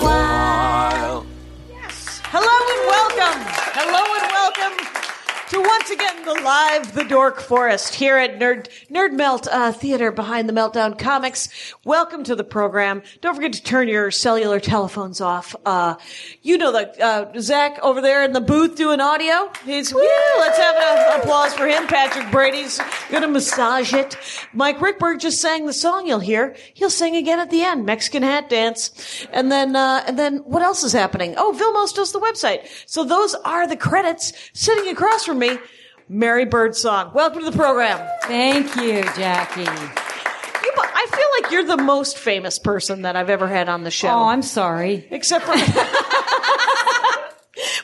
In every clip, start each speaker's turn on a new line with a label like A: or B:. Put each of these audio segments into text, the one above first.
A: while.
B: Hello and welcome. Hello and welcome to once again the live The Dork Forest here at Nerd Nerd Melt uh, Theater behind the Meltdown Comics. Welcome to the program. Don't forget to turn your cellular telephones off. Uh, you know the uh, Zach over there in the booth doing audio. He's woo, let's have an applause for him. Patrick Brady's gonna massage it. Mike Rickberg just sang the song you'll hear. He'll sing again at the end. Mexican hat dance, and then uh, and then what else is happening? Oh, Vilmos does the website. So those are the credits. Sitting across from me, Mary Birdsong. Welcome to the program.
C: Thank you, Jackie.
B: You, I feel like you're the most famous person that I've ever had on the show.
C: Oh, I'm sorry.
B: except for.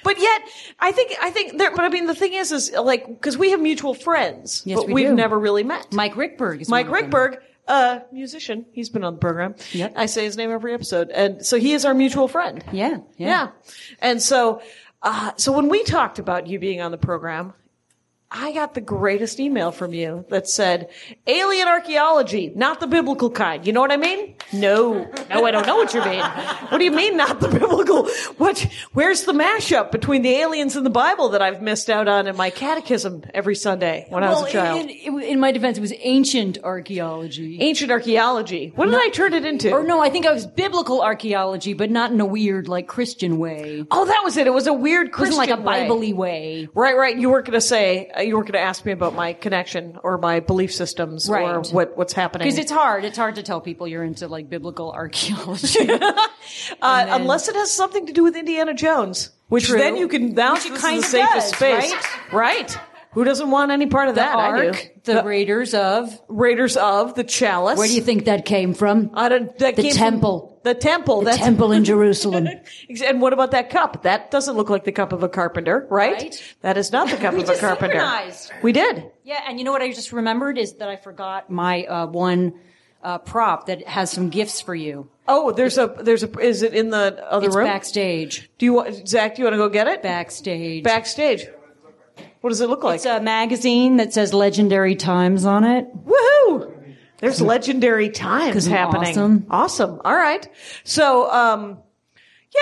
B: But yet, I think I think there. But I mean, the thing is, is like because we have mutual friends,
C: Yes,
B: but
C: we
B: have
C: do.
B: never really met.
C: Mike Rickberg is
B: Mike
C: one of them.
B: Rickberg, uh, musician. He's been on the program.
C: Yep.
B: I say his name every episode. And so he is our mutual friend.
C: Yeah,
B: Yeah.
C: yeah.
B: And so, uh, so when we talked about you being on the program, I got the greatest email from you that said, alien archaeology, not the biblical kind. You know what I mean? No, no, I don't know what you mean. What do you mean, not the biblical? What, where's the mashup between the aliens and the Bible that I've missed out on in my catechism every Sunday when I was a child?
C: In, in, in my defense, it was ancient archaeology.
B: ancient archaeology. What did I turn it into?
C: or no, I think I was biblical archaeology, but not in a weird, like Christian way. It
B: Oh, that was it. It was a weird Christian
C: wasn't like a
B: way.
C: Bible-y way.
B: Right, right. You weren't going to say uh, you weren't going to ask me about my connection or my belief systems or
C: Right.
B: what what's happening.
C: Because it's hard. It's hard to tell people you're into like biblical archaeology.
B: uh, unless it has something to do with Indiana Jones, which
C: True.
B: then you can now
C: Which it
B: this
C: kinda
B: is the safest
C: does,
B: space, right? Who doesn't want any part of
C: the
B: that? I do.
C: Ark, the, Raiders of.
B: Raiders of the Chalice.
C: Where do you think that came from?
B: I don't, that
C: The
B: came from-
C: temple.
B: the temple.
C: the
B: That's
C: temple in Jerusalem.
B: Ex- And what about that cup? That doesn't look like the cup of a carpenter, right?
C: Right.
B: That is not the cup
C: We
B: of a
C: just
B: carpenter.
C: synchronized.
B: We did.
C: Yeah, and you know what I just remembered is that I forgot my uh, one uh, prop that has some gifts for you.
B: Oh, there's a there's a is it in the other
C: It's
B: room?
C: backstage.
B: Do you want Zach? Do you want to go get it?
C: Backstage.
B: Backstage. What does it look like?
C: It's a magazine that says Legendary Times on it.
B: Woohoo! There's legendary times
C: Isn't it
B: happening.
C: awesome?
B: Awesome. All right. So, um,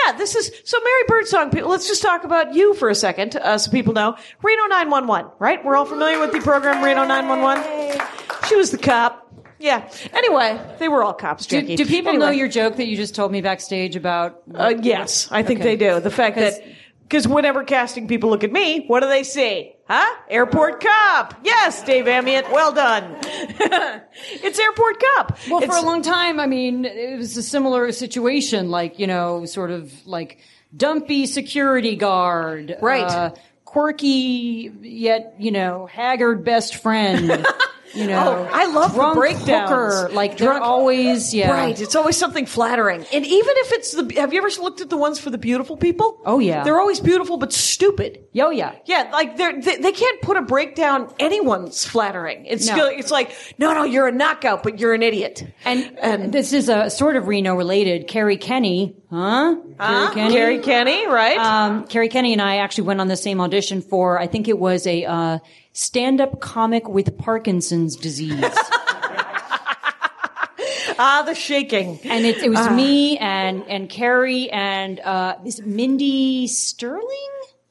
B: yeah, this is so Mary Birdsong. People, let's just talk about you for a second, uh, so people know Reno 911. Right? We're all familiar with the program Reno 911. She was the cop. Yeah. Anyway, they were all cops.
C: Do,
B: Jackie.
C: do people
B: Anyway.
C: know your joke that you just told me backstage about?
B: Uh, yes, I think they
C: Okay.
B: do. The fact that because whenever casting people look at me, what do they see? Huh? Airport cop. Yes, Dave Amiot. Well done. it's airport cop.
C: Well,
B: It's-
C: for a long time, I mean, it was a similar situation, like you know, sort of like dumpy security guard, uh,
B: Right.
C: quirky yet you know haggard best friend. You know,
B: Oh, I love the
C: drunk
B: breakdowns.
C: hooker, like they're
B: Drunk-
C: always yeah.
B: Right. It's always something flattering. And even if it's the, have you ever looked at the ones for the beautiful people?
C: Oh, yeah.
B: They're always beautiful, but stupid.
C: Yo, yeah.
B: Yeah, like they're, they they can't put a breakdown anyone's flattering. It's
C: No.
B: still, it's like no, no, you're a knockout, but you're an idiot.
C: And,
B: Um,
C: this is a sort of Reno related. Carrie Kenny,
B: Huh?
C: huh?
B: Ah, Carrie Kenny, right?
C: Um, Carrie Kenny and I actually went on the same audition for, I think it was a uh, stand up comic with Parkinson's disease.
B: ah, the shaking.
C: and it, it was me and, and Carrie and uh, is it Mindy Sterling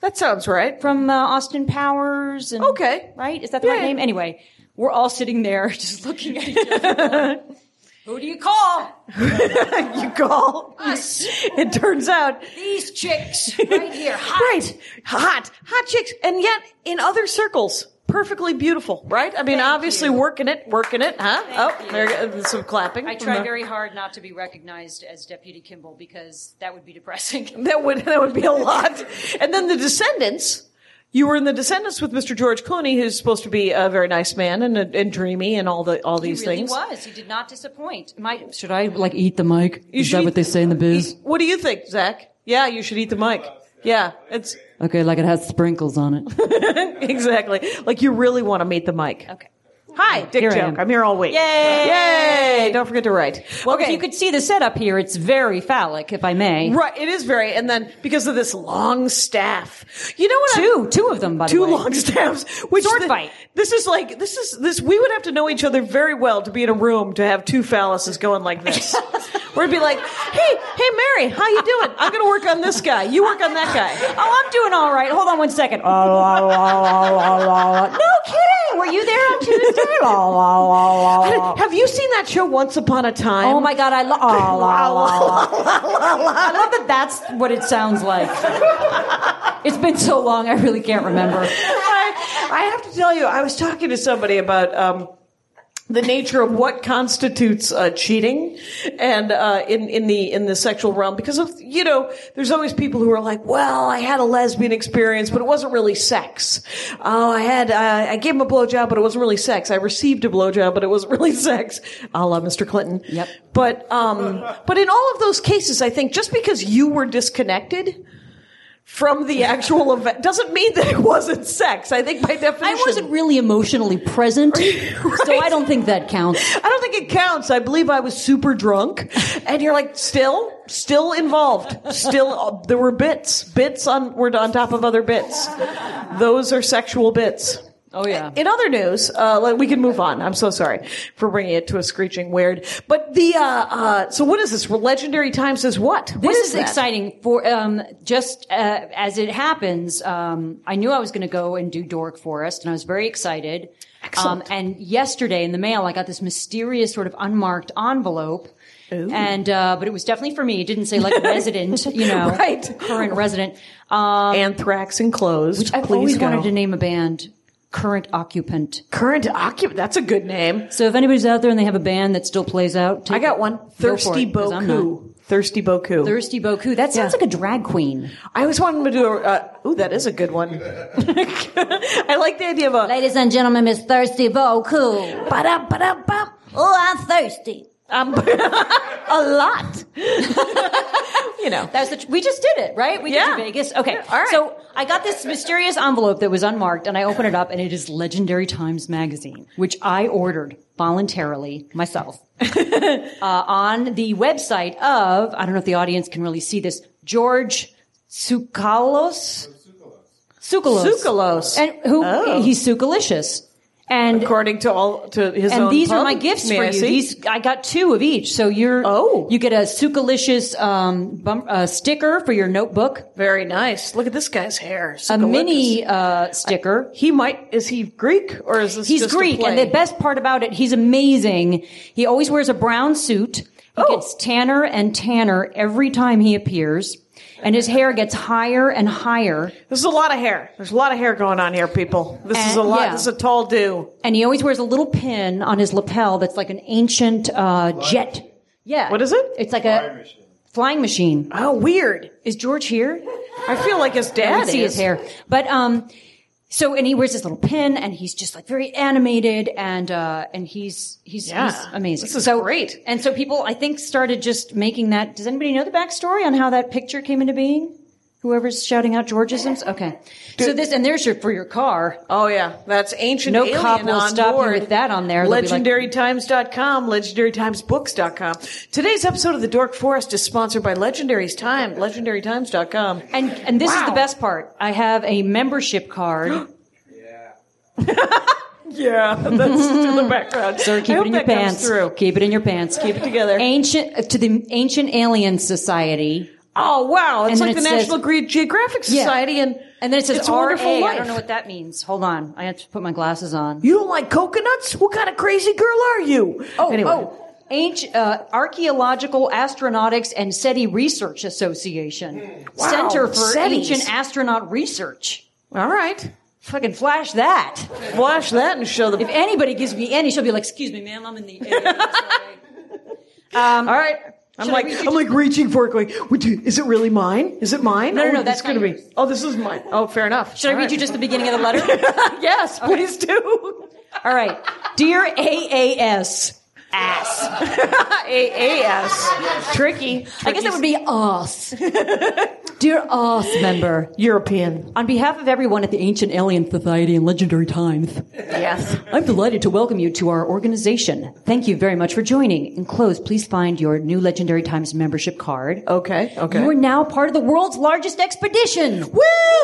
B: That sounds right.
C: from uh, Austin Powers. And,
B: Okay.
C: Right? Is that the
B: Yeah,
C: right
B: yeah.
C: name? Anyway, we're all sitting there just looking at each other. like, Who do you call?
B: you call.
C: Us.
B: It turns out.
C: These chicks right here. Hot.
B: Right. Hot. Hot chicks. And yet, in other circles, perfectly beautiful, right? I mean,
C: Thank
B: obviously
C: you.
B: working it, working it, huh?
C: Thank
B: oh,
C: you.
B: there there's some clapping.
C: I
B: from
C: try
B: the-
C: very hard not to be recognized as Deputy Kimball because that would be depressing.
B: That would, that would be a lot. and then the descendants. You were in the Descendants with Mr. George Clooney, who's supposed to be a very nice man and, and dreamy and all the all
C: He
B: these
C: really
B: things.
C: was. He did not disappoint. My, should I like eat the mic? Is
B: should
C: that
B: eat-
C: what they say in the biz?
B: What do you think, Zach? Yeah, you should eat the mic. Yeah, it's
C: Okay, like it has sprinkles on it.
B: exactly like you really want to meet the mic.
C: Okay.
B: Hi, Dick
C: Here I
B: Joke.
C: am.
B: I'm here all week.
C: Yay!
B: Yay! Don't forget to write.
C: Well, if you could see the setup here, it's very phallic, if I may.
B: Right, it is very, and then because of this long staff, you know what?
C: Two, two of them, by
B: I'm, two
C: the way.
B: long staffs. Which
C: Sword
B: the-
C: fight.
B: This is like this is this. We would have to know each other very well to be in a room to have two phalluses going like this. We'd be like, hey, hey, Mary, how you doing? I'm going to work on this guy. You work on that guy.
C: Oh, I'm doing all right. Hold on one second. Oh, la, la, la, la, la, la. oh. No kidding. Were you there on Tuesday? Oh, La, la, la, la, la.
B: Have you seen that show Once Upon a Time?
C: Oh my god, I love. Oh, la, la, la, la, I love that. That's what it sounds like. It's been so long, I really can't remember.
B: I, I have to tell you, I was talking to somebody about um, the nature of what constitutes uh, cheating, and uh, in in the in the sexual realm, because of you know, there's always people who are like, "Well, I had a lesbian experience, but it wasn't really sex. Oh, I had uh, I gave him a blowjob, but it wasn't really sex. I received a blowjob, but it wasn't really sex." A la Mr. Clinton.
C: Yep.
B: But um, but in all of those cases, I think just because you were disconnected from the actual event doesn't mean that it wasn't sex. I think by definition,
C: I wasn't really emotionally present, so I don't think that counts.
B: I don't think it counts. I believe I was super drunk, and you're like still, still involved. Still, uh, there were bits, bits on were on top of other bits. Those are sexual bits.
C: Oh, yeah.
B: In other news, uh, like, we can move on. I'm so sorry for bringing it to a screeching weird. But the uh, uh, so what is this? Legendary Times says what? what
C: This is
B: that?
C: exciting. For um, just uh, as it happens, um, I knew I was going to go and do Dork Forest, and I was very excited. Um,
B: Excellent.
C: and yesterday in the mail, I got this mysterious sort of unmarked envelope. And uh, but it was definitely for me. It didn't say like resident, you know,
B: Right.
C: current resident. Um,
B: Anthrax enclosed.
C: I've
B: Please
C: always
B: go.
C: wanted to name a band Current Occupant.
B: current occupant. That's a good name.
C: So if anybody's out there and they have a band that still plays out, take
B: I got
C: it.
B: one.
C: Go for
B: Thirsty
C: it, 'cause I'm not.
B: Boku. Thirsty Boku.
C: Thirsty Boku. That sounds
B: Yeah.
C: like a drag queen.
B: I always wanted to do a. Uh, ooh, that is a good one. I like the idea of a.
C: Ladies and gentlemen, Miss Thirsty Boku.
B: Ba-da, ba-da, ba,
C: Oh, I'm thirsty.
B: um, a lot. you know.
C: That was the tr- we just did it, right? We
B: Yeah.
C: did Vegas. Okay.
B: Yeah, all right.
C: So I got this mysterious envelope that was unmarked, and I open it up, and it is Legendary Times magazine, which I ordered voluntarily myself uh, on the website of. I don't know if the audience can really see this. George Tsoukalos. Tsoukalos.
B: Tsoukalos.
C: And who?
B: Oh.
C: He's Tsoukalicious. And
B: According to all to his
C: and
B: own
C: these are
B: pub,
C: my gifts
B: may
C: for
B: I
C: you.
B: see?
C: These I got two of each. So you're
B: Oh.
C: you get a Sukalicious um, bump, uh, sticker for your notebook,
B: very nice. Look at this guy's hair.
C: a
B: Sicko
C: mini
B: Lucas.
C: uh, sticker.
B: He might. Is he Greek or is this?
C: He's
B: just a
C: Greek, and
B: play?
C: the best part about it, he's amazing. He always wears a brown suit. He
B: Oh.
C: gets tanner and tanner every time he appears, and his hair gets higher and higher.
B: This is a lot of hair. There's a lot of hair going on here, people. This is
C: And-
B: a lot.
C: yeah.
B: This is a tall do.
C: And he always wears a little pin on his lapel that's like an ancient uh, jet. Yeah,
B: What is it?
C: It's like a flying machine.
B: Oh, weird.
C: Is George here?
B: I feel like his
C: I
B: dad
C: would see
B: is.
C: his hair. But um, so and he wears this little pin, and he's just like very animated, and uh, and he's he's,
B: Yeah.
C: he's amazing.
B: This is
C: so,
B: great.
C: And so people, I think, started just making that. Does anybody know the backstory on how that picture came into being? Whoever's shouting out Georgisms, okay. So this and there's your for your car.
B: Oh yeah, that's ancient.
C: No
B: alien
C: cop will
B: on
C: stop you
B: board.
C: with that on there. They'll be like-
B: LegendaryTimes.com, LegendaryTimesBooks.com. Today's episode of the Dork Forest is sponsored by Legendary Time, LegendaryTimes.com.
C: And and this is
B: Wow.
C: the best part. I have a membership card.
B: Yeah, that's in the background.
C: Sir,
B: I
C: keep
B: hope
C: it in your
B: that comes
C: pants.
B: Through.
C: Keep it in your pants.
B: Keep it together.
C: Ancient uh, to the Ancient Alien Society.
B: Oh wow, it's
C: And then
B: like the
C: it says-
B: National Ge- Geographic
C: Yeah.
B: Society, and
C: And then it says
B: it's a
C: RA.
B: wonderful life.
C: I don't know what that means. Hold on. I have to put my glasses on.
B: you don't like coconuts? What kind of crazy girl are you? anyway.
C: Oh. Ancient, uh, Archaeological Astronautics and SETI Research Association.
B: Hmm. Wow,
C: Center for
B: SETIs.
C: Ancient Astronaut Research.
B: all right.
C: Fucking flash that.
B: Flash that and show
C: If
B: the.
C: anybody gives me any, she'll be like, excuse me, ma'am, I'm in the area. Um,
B: All right. I'm
C: Should I
B: like
C: read you
B: I'm like reaching for it, going. "Would you- Is it really mine? Is it mine?
C: No, no,
B: oh,
C: no,
B: this
C: that's
B: is gonna
C: not
B: be.
C: yours.
B: Oh, this is mine. Oh, fair enough.
C: Should I
B: All
C: read
B: right.
C: you just the beginning of the letter?
B: yes, please do.
C: All right. Dear AAS,
B: ass. A-A-S. Tricky.
C: I guess it would be us. Dear us member,
B: European.
C: on behalf of everyone at the Ancient Alien Society and Legendary Times,
B: Yes.
C: I'm delighted to welcome you to our organization. Thank you very much for joining. Enclosed, please find your new Legendary Times membership card.
B: Okay, okay.
C: You are now part of the world's largest expedition. Woo!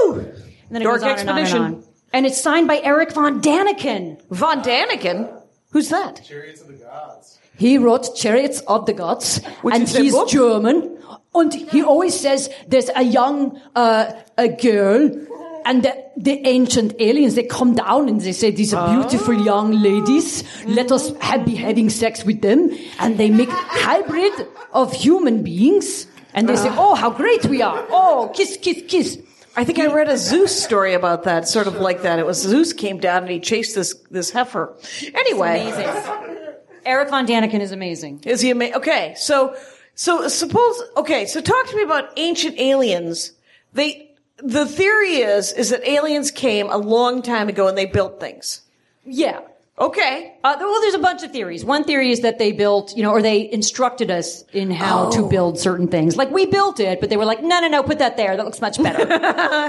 B: Woo!
C: And then it
B: Dork
C: goes on and on and
B: expedition.
C: on. And it's signed by Eric von Daniken.
B: Von Daniken? Who's that?
D: Chariots of the Gods.
C: He wrote Chariots of the Gods,
B: Which
C: and
B: is a
C: he's
B: book?
C: German. And he always says there's a young uh, a girl, and the, the ancient aliens they come down and they say these are
B: Ah.
C: beautiful young ladies. Let us ha- be having sex with them, and they make hybrid of human beings. And they
B: Ah.
C: say, "Oh, how great we are! Oh, kiss, kiss, kiss."
B: I think I read a Zeus story about that, sort of like that. It was Zeus came down and he chased this this heifer. Anyway,
C: Amazing. Eric von Daniken is amazing.
B: is he amazing? Okay, so so suppose okay, so talk to me about ancient aliens. They the theory is is that aliens came a long time ago and they built things.
C: Yeah.
B: Okay,
C: Uh, there- well, there's a bunch of theories. One theory is that they built, you know, or they instructed us in how
B: Oh.
C: to build certain things. Like we built it, but they were like, no, no, no, put that there. That looks much better.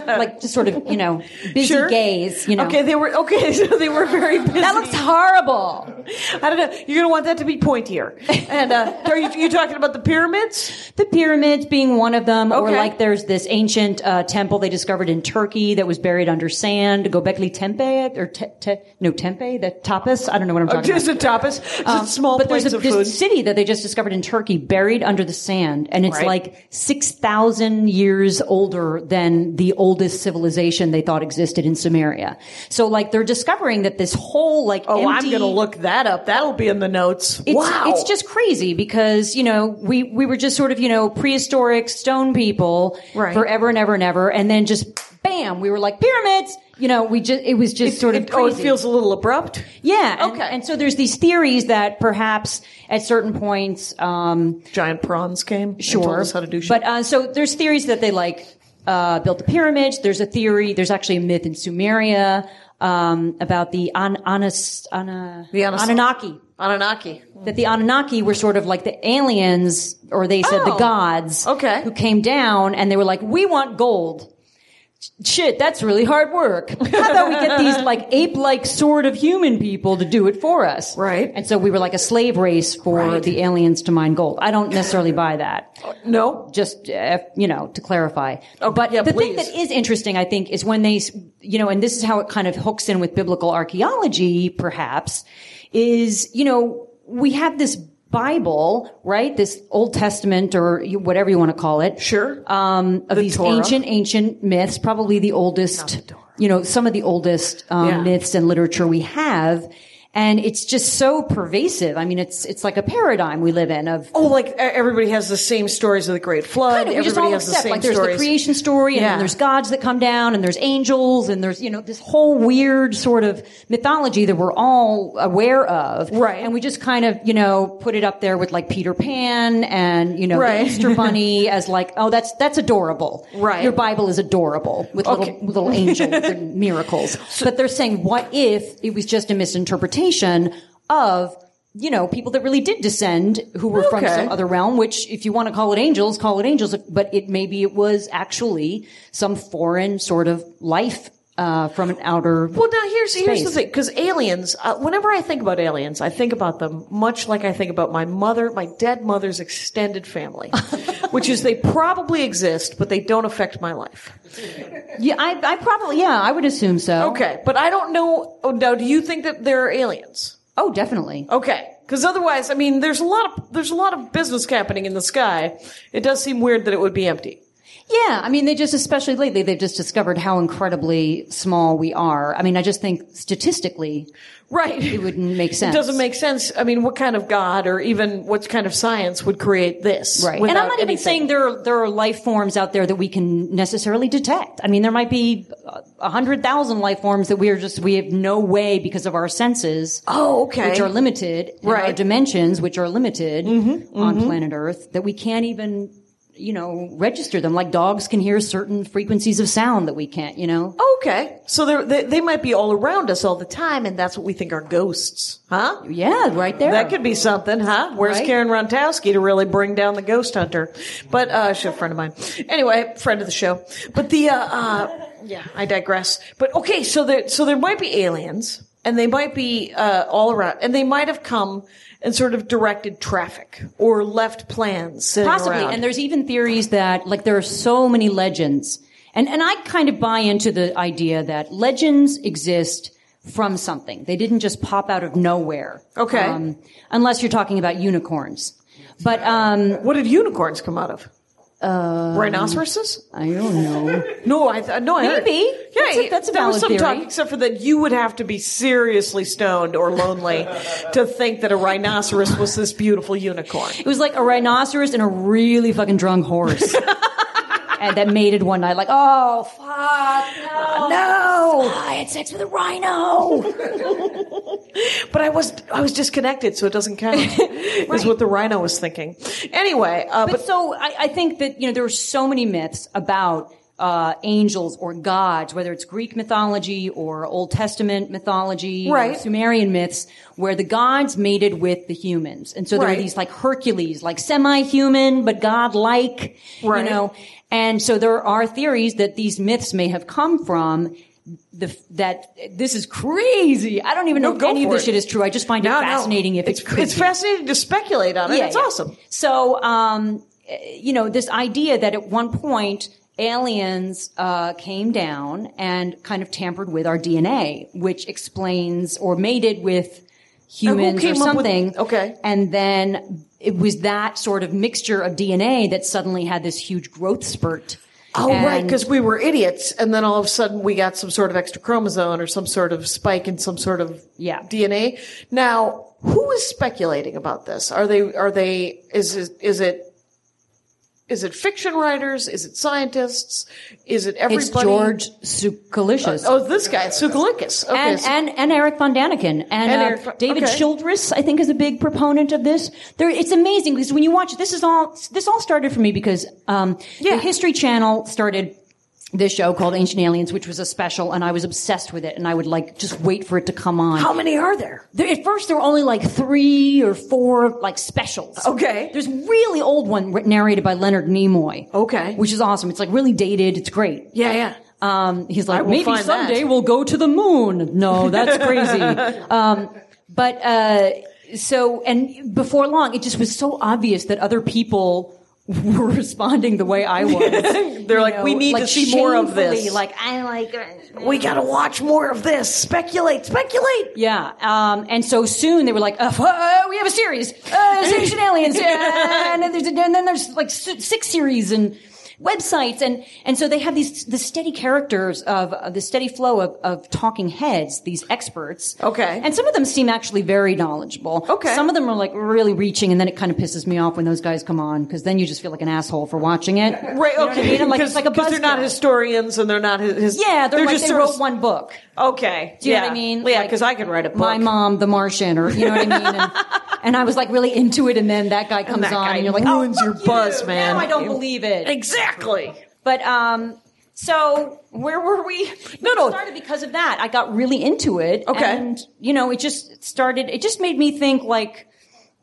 C: like just sort of, you know, busy
B: Sure.
C: gaze. You know,
B: okay, they were okay, so they were very busy.
C: that looks horrible.
B: I don't know. You're gonna want that to be pointier. And uh, are you you talking about the pyramids?
C: The pyramids being one of them, or
B: Okay.
C: like there's this ancient uh, temple they discovered in Turkey that was buried under sand, Gobekli Tepe, or te- te- no Tempe, the tapas. I don't know what I'm talking about.
B: Uh, Just a tapas, just small
C: Um, but
B: plates
C: there's a
B: of
C: this
B: food.
C: city that they just discovered in Turkey buried under the sand, and it's
B: Right.
C: like six thousand years older than the oldest civilization they thought existed in Samaria. So like they're discovering that this whole like
B: Oh,
C: empty-
B: I'm going to look that up. That'll be in the notes.
C: It's,
B: wow.
C: it's just crazy because you know we we were just sort of you know prehistoric stone people
B: Right.
C: forever and ever and ever, and then just bam, we were like pyramids. You know, we just it was just sort of
B: It- oh, it
C: crazy.
B: feels a little abrupt.
C: yeah. and-
B: Okay.
C: And, so there's these theories that perhaps at certain points. um
B: Giant prawns came. and
C: Sure.
B: told us how to do shit.
C: But uh, so there's theories that they like uh, built the pyramids. There's a theory. There's actually a myth in Sumeria um, about the An- Anas, Ana-
B: The Anas-
C: Anunnaki.
B: Anunnaki.
C: That the Anunnaki were sort of like the aliens, or they said the
B: Oh.
C: gods,
B: Okay.
C: who came down and they were like, "We want gold." Shit, that's really hard work. How about we get these like ape-like sort of human people to do it for us?
B: Right.
C: And so we were like a slave race for
B: Right.
C: the aliens to mine gold. I don't necessarily buy that
B: No.
C: just uh, you know to clarify.
B: Oh,
C: but
B: yeah,
C: the thing
B: please.
C: that is interesting, I think, is when they s- you know, and this is how it kind of hooks in with biblical archaeology, perhaps, is you know we have this Bible, right? This Old Testament or you- whatever you want to call it,
B: Sure.
C: um, of
B: The
C: these
B: Torah.
C: ancient ancient myths, probably the oldest. you know, some of the oldest um,
B: Yeah.
C: myths and literature we have. And it's just so pervasive. I mean, it's it's like a paradigm we live in of
B: Oh, like e- everybody has the same stories of the Great Flood.
C: kind of, we
B: everybody
C: just all
B: has the
C: accept.
B: same
C: Like there's
B: stories.
C: the creation story, and
B: Yeah.
C: then there's gods that come down, and there's angels, and there's you know this whole weird sort of mythology that we're all aware of,
B: Right.
C: And we just kind of you know put it up there with like Peter Pan and you know
B: Right.
C: the Easter Bunny as like oh that's that's adorable,
B: Right.
C: Your Bible is adorable with
B: Okay.
C: little with little angels and miracles, but they're saying what if it was just a misinterpretation of. You know, people that really did descend who were from
B: Okay.
C: some other realm, which if you want to call it angels, call it angels, but it maybe it was actually some foreign sort of life uh, from an outer.
B: Well, now here's here's the
C: Space.
B: thing because aliens. Uh, whenever I think about aliens, I think about them much like I think about my mother, my dead mother's extended family, which is they probably exist, but they don't affect my life.
C: yeah, I, I probably yeah, I would assume so.
B: Okay, but I don't know. oh, Now, do you think that there are aliens?
C: Oh, definitely.
B: Okay, because otherwise, I mean, there's a lot of there's a lot of business happening in the sky. It does seem weird that it would be empty.
C: Yeah, I mean, they just, especially lately, they've just discovered how incredibly small we are. I mean, I just think statistically,
B: Right.
C: it wouldn't make sense.
B: It doesn't make sense. I mean, what kind of God or even what kind of science would create this?
C: Right. And I'm not even saying there are, there are life forms out there that we can necessarily detect. I mean, there might be uh, a hundred thousand life forms that we are just, we have no way because of our senses.
B: Oh, okay.
C: Which are limited. and
B: Right. Mm-hmm.
C: Our dimensions, which are limited on planet Earth that we can't even, you know, register them. Like dogs can hear certain frequencies of sound that we can't, you know?
B: Okay. So they're, they they might be all around us all the time, and that's what we think are ghosts, huh?
C: Yeah, right there.
B: That could be something, huh? Where's
C: Right.
B: Karen Rontowski to really bring down the ghost hunter? But uh, she's a friend of mine. Anyway, friend of the show. But the uh, uh, yeah, I digress. But okay, so there so there might be aliens, and they might be uh, all around, and they might have come and sort of directed traffic or left plans sitting
C: Possibly.
B: around.
C: And there's even theories that, like, there are so many legends. And, and I kind of buy into the idea that legends exist from something. They didn't just pop out of nowhere. Um,
B: Okay.
C: unless you're talking about unicorns. But, um,
B: what did unicorns come out of? Uh, Rhinoceroses?
C: I don't know.
B: No, I th- no, I heard-
C: Maybe.
B: Yeah,
C: That's a- that's a
B: there was
C: valid
B: some talk,
C: theory.
B: except for that you would have to be seriously stoned or lonely to think that a rhinoceros was this beautiful unicorn.
C: It was like a rhinoceros and a really fucking drunk horse. and that mated one night, like, oh, fuck, no. no. I had sex with a rhino.
B: But I was I was disconnected, so it doesn't count. Is what the rhino was thinking. Anyway, uh,
C: But
B: but,
C: so I, I think that, you know, there are so many myths about uh, angels or gods, whether it's Greek mythology or Old Testament mythology, or
B: Right.
C: Sumerian myths, where the gods mated with the humans. And so there
B: Right.
C: are these like Hercules, like semi-human, but god-like,
B: Right.
C: you know. And so there are theories that these myths may have come from the, f- that this is crazy. I don't even know
B: No,
C: if
B: go
C: any of
B: for
C: this
B: it.
C: shit is true. I just find
B: No,
C: it
B: no.
C: fascinating if it's, creepy.
B: it's fascinating to speculate on it.
C: Yeah,
B: it's
C: yeah.
B: awesome.
C: So, um, eh, you know, this idea that at one point aliens uh, came down and kind of tampered with our DNA, which explains or mated with humans or
B: came up with-
C: something.
B: okay.
C: And then it was that sort of mixture of DNA that suddenly had this huge growth spurt.
B: Oh
C: And-
B: right, because we were idiots, and then all of a sudden we got some sort of extra chromosome or some sort of spike in some sort of
C: Yeah.
B: DNA. Now, who is speculating about this? Are they? Are they? Is is, is it? Is it fiction writers? Is it scientists? Is it everybody?
C: it's George Sukalicious.
B: Oh, this guy, Tsoukalikis. Okay,
C: and,
B: so-
C: and and Eric von Daniken and,
B: And
C: uh,
B: Eric von-
C: David
B: okay.
C: Childress, I think, is a big proponent of this. There, it's amazing because when you watch this is all this all started for me because um,
B: Yeah.
C: the History Channel started this show called Ancient Aliens, which was a special, and I was obsessed with it, and I would like just wait for it to come on.
B: how many are there?
C: There, at first, there were only like three or four like specials.
B: Okay.
C: There's really old one writ- narrated by Leonard Nimoy.
B: Okay.
C: Which is awesome. It's like really dated. It's great.
B: Yeah, yeah.
C: Um, he's like,
B: will
C: maybe
B: find
C: someday
B: that."
C: we'll go to the moon. No, that's crazy. um, but uh, so, and before long, it just was so obvious that other people were responding the way I was.
B: They're
C: um, You
B: like, "We need to see more of this."
C: shamefully, Like, I like.
B: We gotta watch more of this. Speculate, speculate.
C: Yeah, um, and so soon they were like, uh, uh, "We have a series, uh, there's ancient aliens, uh, and, then there's, and then there's like s- six series and websites, and and so they have these the steady characters of uh, the steady flow of, of talking heads, these experts.
B: Okay.
C: and some of them seem actually very knowledgeable.
B: Okay.
C: some of them are like really reaching, and then it kind of pisses me off when those guys come on because then you just feel like an asshole for watching it.
B: Right,
C: You know what I
B: okay.
C: mean? I'm like, it's like a
B: they're not
C: buzzkill.
B: historians and they're not his. his-
C: Yeah, they're, like
B: just
C: they
B: sort of-
C: wrote one book.
B: Okay.
C: Do you
B: yeah.
C: know what I mean?
B: Yeah,
C: Like,
B: because I could write a book.
C: My mom, The Martian, or you know what I mean. And, and I was like really into it, and then that guy comes
B: that
C: on,
B: guy
C: and you're like, "Oh,
B: ruins your
C: fuck
B: buzz,
C: you.
B: man."
C: Now I don't
B: You-
C: believe it.
B: Exactly.
C: But um, so where were we?
B: No, no.
C: It started because of that. I got really into it.
B: Okay.
C: and you know, it just started. It just made me think like.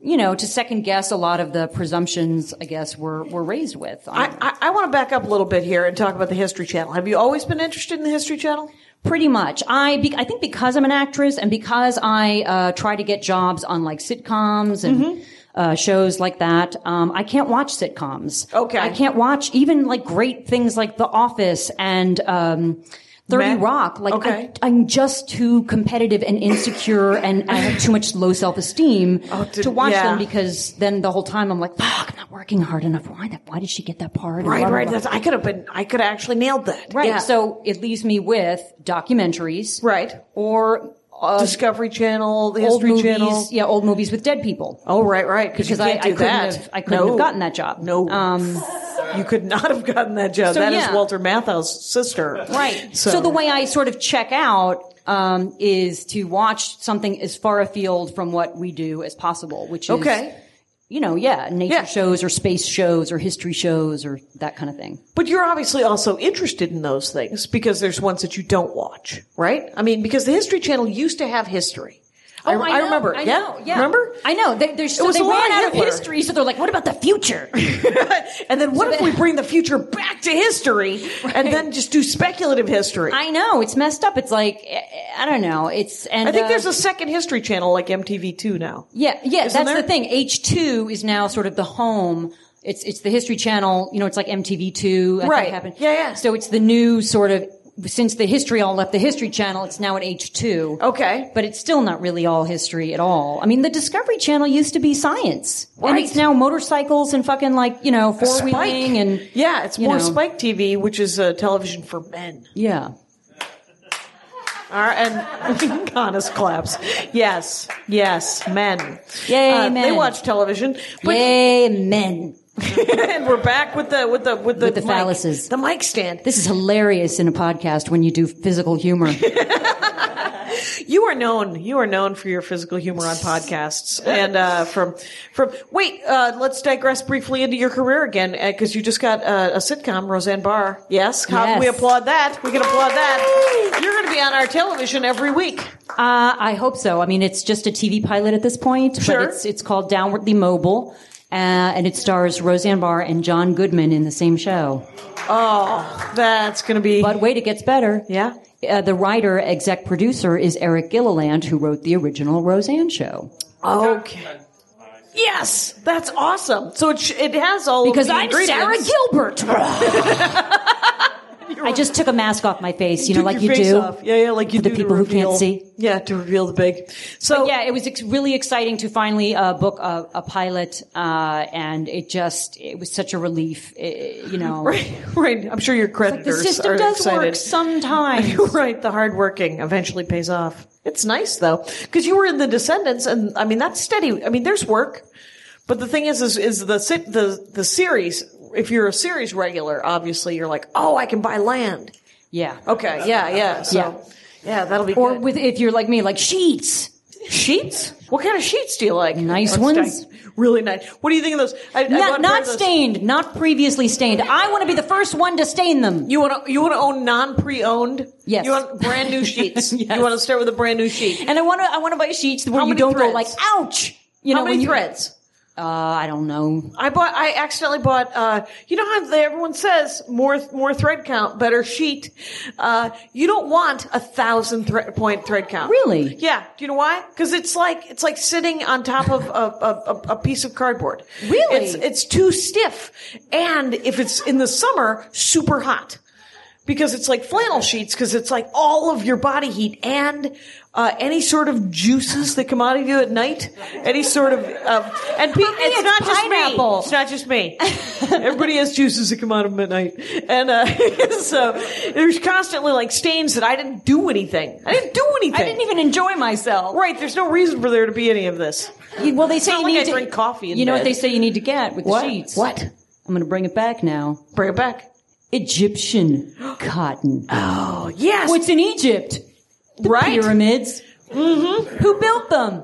C: You know, to second guess a lot of the presumptions, I guess, were were raised with. on
B: I, I, I want to back up a little bit here and talk about the History Channel. Have you always been interested in the History Channel?
C: Pretty much. I be, I think because I'm an actress and because I uh, try to get jobs on like sitcoms and
B: Mm-hmm.
C: uh, shows like that, um, I can't watch sitcoms.
B: Okay.
C: I can't watch even like great things like The Office and um, Thirty
B: Ma-
C: Rock. Like
B: Okay.
C: I, I'm just too competitive and insecure, and I have too much low self esteem
B: did-
C: to watch
B: Oh, yeah.
C: them because then the whole time I'm like, fuck, I'm not working hard enough. Why that? Why did she get that part? And
B: Right,
C: blah, blah,
B: right.
C: blah.
B: That's, I could have been. I could have actually nailed that.
C: Right.
B: Yeah.
C: So it leaves me with documentaries.
B: Right.
C: Or uh,
B: Discovery Channel, the
C: old
B: History
C: movies.
B: Channel.
C: Yeah, old movies with dead people.
B: Oh, right, right. you
C: Because I-
B: can't
C: I
B: do
C: couldn't
B: that.
C: have- I couldn't have gotten that job.
B: No,
C: Um,
B: you could not have gotten that job.
C: So,
B: That is
C: yeah.
B: Walter Matthau's sister.
C: Right.
B: So,
C: So, the way I sort of check out um, is to watch something as far afield from what we do as possible, which is
B: Okay.
C: you know, yeah, nature
B: Yeah.
C: shows or space shows or history shows or that kind of thing.
B: But you're obviously also interested in those things because there's ones that you don't watch, right? I mean, because the History Channel used to have history.
C: Oh,
B: I,
C: know,
B: remember.
C: I
B: yeah?
C: know, yeah.
B: Remember?
C: I know. They, they're so
B: was
C: they
B: a lot
C: ran
B: of
C: out of
B: Hitler.
C: history, so they're like, what about the future?
B: and then what if
C: they-
B: we bring the future back to history and then just do speculative history?
C: I know. It's messed up. It's like, eh, eh, I don't know. It's, and
B: I think
C: uh,
B: there's a second History Channel like MTV2 now.
C: Yeah, yeah, that's
B: there?
C: the thing. H two is now sort of the home. It's it's the History Channel. You know, it's like MTV two.
B: Right. Yeah, yeah.
C: So it's the new sort of since the history all left the History Channel. It's now at H two.
B: Okay.
C: But it's still not really all history at all. I mean, the Discovery Channel used to be science, and
B: Right.
C: it's now motorcycles and fucking like you know four
B: Spike.
C: wheeling and
B: yeah, it's
C: you
B: more
C: know.
B: Spike TV, which is uh, television for men.
C: yeah.
B: All right, and honest claps. Yes, yes, men.
C: Yay,
B: Uh, They
C: men.
B: watch television. But
C: Yay, men!
B: and we're back with the with the with the,
C: With the
B: mic.
C: phalluses.
B: the mic stand.
C: This is hilarious in a podcast when you do physical humor.
B: You are known. You are known for your physical humor on podcasts. And uh, from from wait, uh, let's digress briefly into your career again because you just got uh, a sitcom, Roseanne Barr. Yes, how can
C: Yes.
B: we applaud that? We can applaud that. You're going to be on our television every week.
C: Uh, I hope so. I mean, it's just a TV pilot at this point,
B: Sure.
C: but it's it's called Downwardly Mobile, uh, and it stars Roseanne Barr and John Goodman in the same show.
B: Oh, that's going to be
C: But wait, it gets better.
B: yeah.
C: Uh, the writer, exec producer, is Eric Gilliland, who wrote the original Roseanne show. Oh.
B: Okay. Yes, that's awesome. So it, sh- it has all of
C: Because
B: the
C: I'm Sarah
B: ingredients.
C: Gilbert. I just took a mask off my face, you know,
B: Took
C: like
B: your
C: you
B: face
C: do.
B: off. Yeah, yeah, like you
C: For the
B: do to
C: people who can't
B: reveal-
C: see.
B: Yeah, to reveal the big. So
C: yeah, it was ex- really exciting to finally uh, book a, a pilot, uh, and it just it was such a relief, uh, you know.
B: right, right. I'm sure your creditors
C: The system
B: are
C: does
B: excited.
C: work sometimes.
B: You're right. The hard working eventually pays off. It's nice though, because you were in the Descendants, and I mean that's steady. I mean there's work, but the thing is, is, is the sit- the the series. If you're a series regular, obviously you're like, oh, I can buy land.
C: yeah.
B: Okay, yeah, yeah. So yeah, that'll be
C: Or
B: good.
C: with if you're like me, like sheets.
B: sheets. What kind of sheets do you like?
C: Nice
B: Let's
C: ones.
B: dive- Really nice. What do you think of those? I, I bought a pair
C: Not,
B: of
C: not
B: those.
C: stained, not previously stained. I want to be the first one to stain them.
B: You want to you want to own non pre owned.
C: Yes.
B: You want brand new sheets.
C: Yes.
B: You want to start with a brand new sheet.
C: And I want to I want to buy sheets where
B: How
C: you
B: many
C: don't
B: threads?
C: go like ouch. You
B: How
C: know when
B: many
C: you
B: threads?
C: Uh, I don't know.
B: I bought. I accidentally bought. Uh, you know how they, everyone says more more thread count, better sheet. Uh, you don't want a thousand thread point thread count.
C: Really?
B: Yeah. Do you know why? Because it's like it's like sitting on top of a, a, a, a piece of cardboard.
C: Really?
B: It's it's too stiff, and if it's in the summer, super hot. Because it's like flannel sheets, because it's like all of your body heat and uh, any sort of juices that come out of you at night, any sort of um, and pe-
C: me, it's pineapple.
B: just me. It's not just me. Everybody has juices that come out of them at night. And uh, so there's constantly like stains that I didn't do anything. I didn't do anything.
C: I didn't even enjoy myself.
B: Right, there's no reason for there to be any of this.
C: You- Well, they say
B: not
C: you
B: like
C: need
B: I
C: to
B: drink coffee in
C: You know
B: bed.
C: what they say you need to get with the sheets.
B: What?
C: I'm going to bring it back now.
B: Bring it back.
C: Egyptian cotton.
B: Oh, yes.
C: What's in Egypt?
B: right?
C: Pyramids. Mm-hmm. Who built them?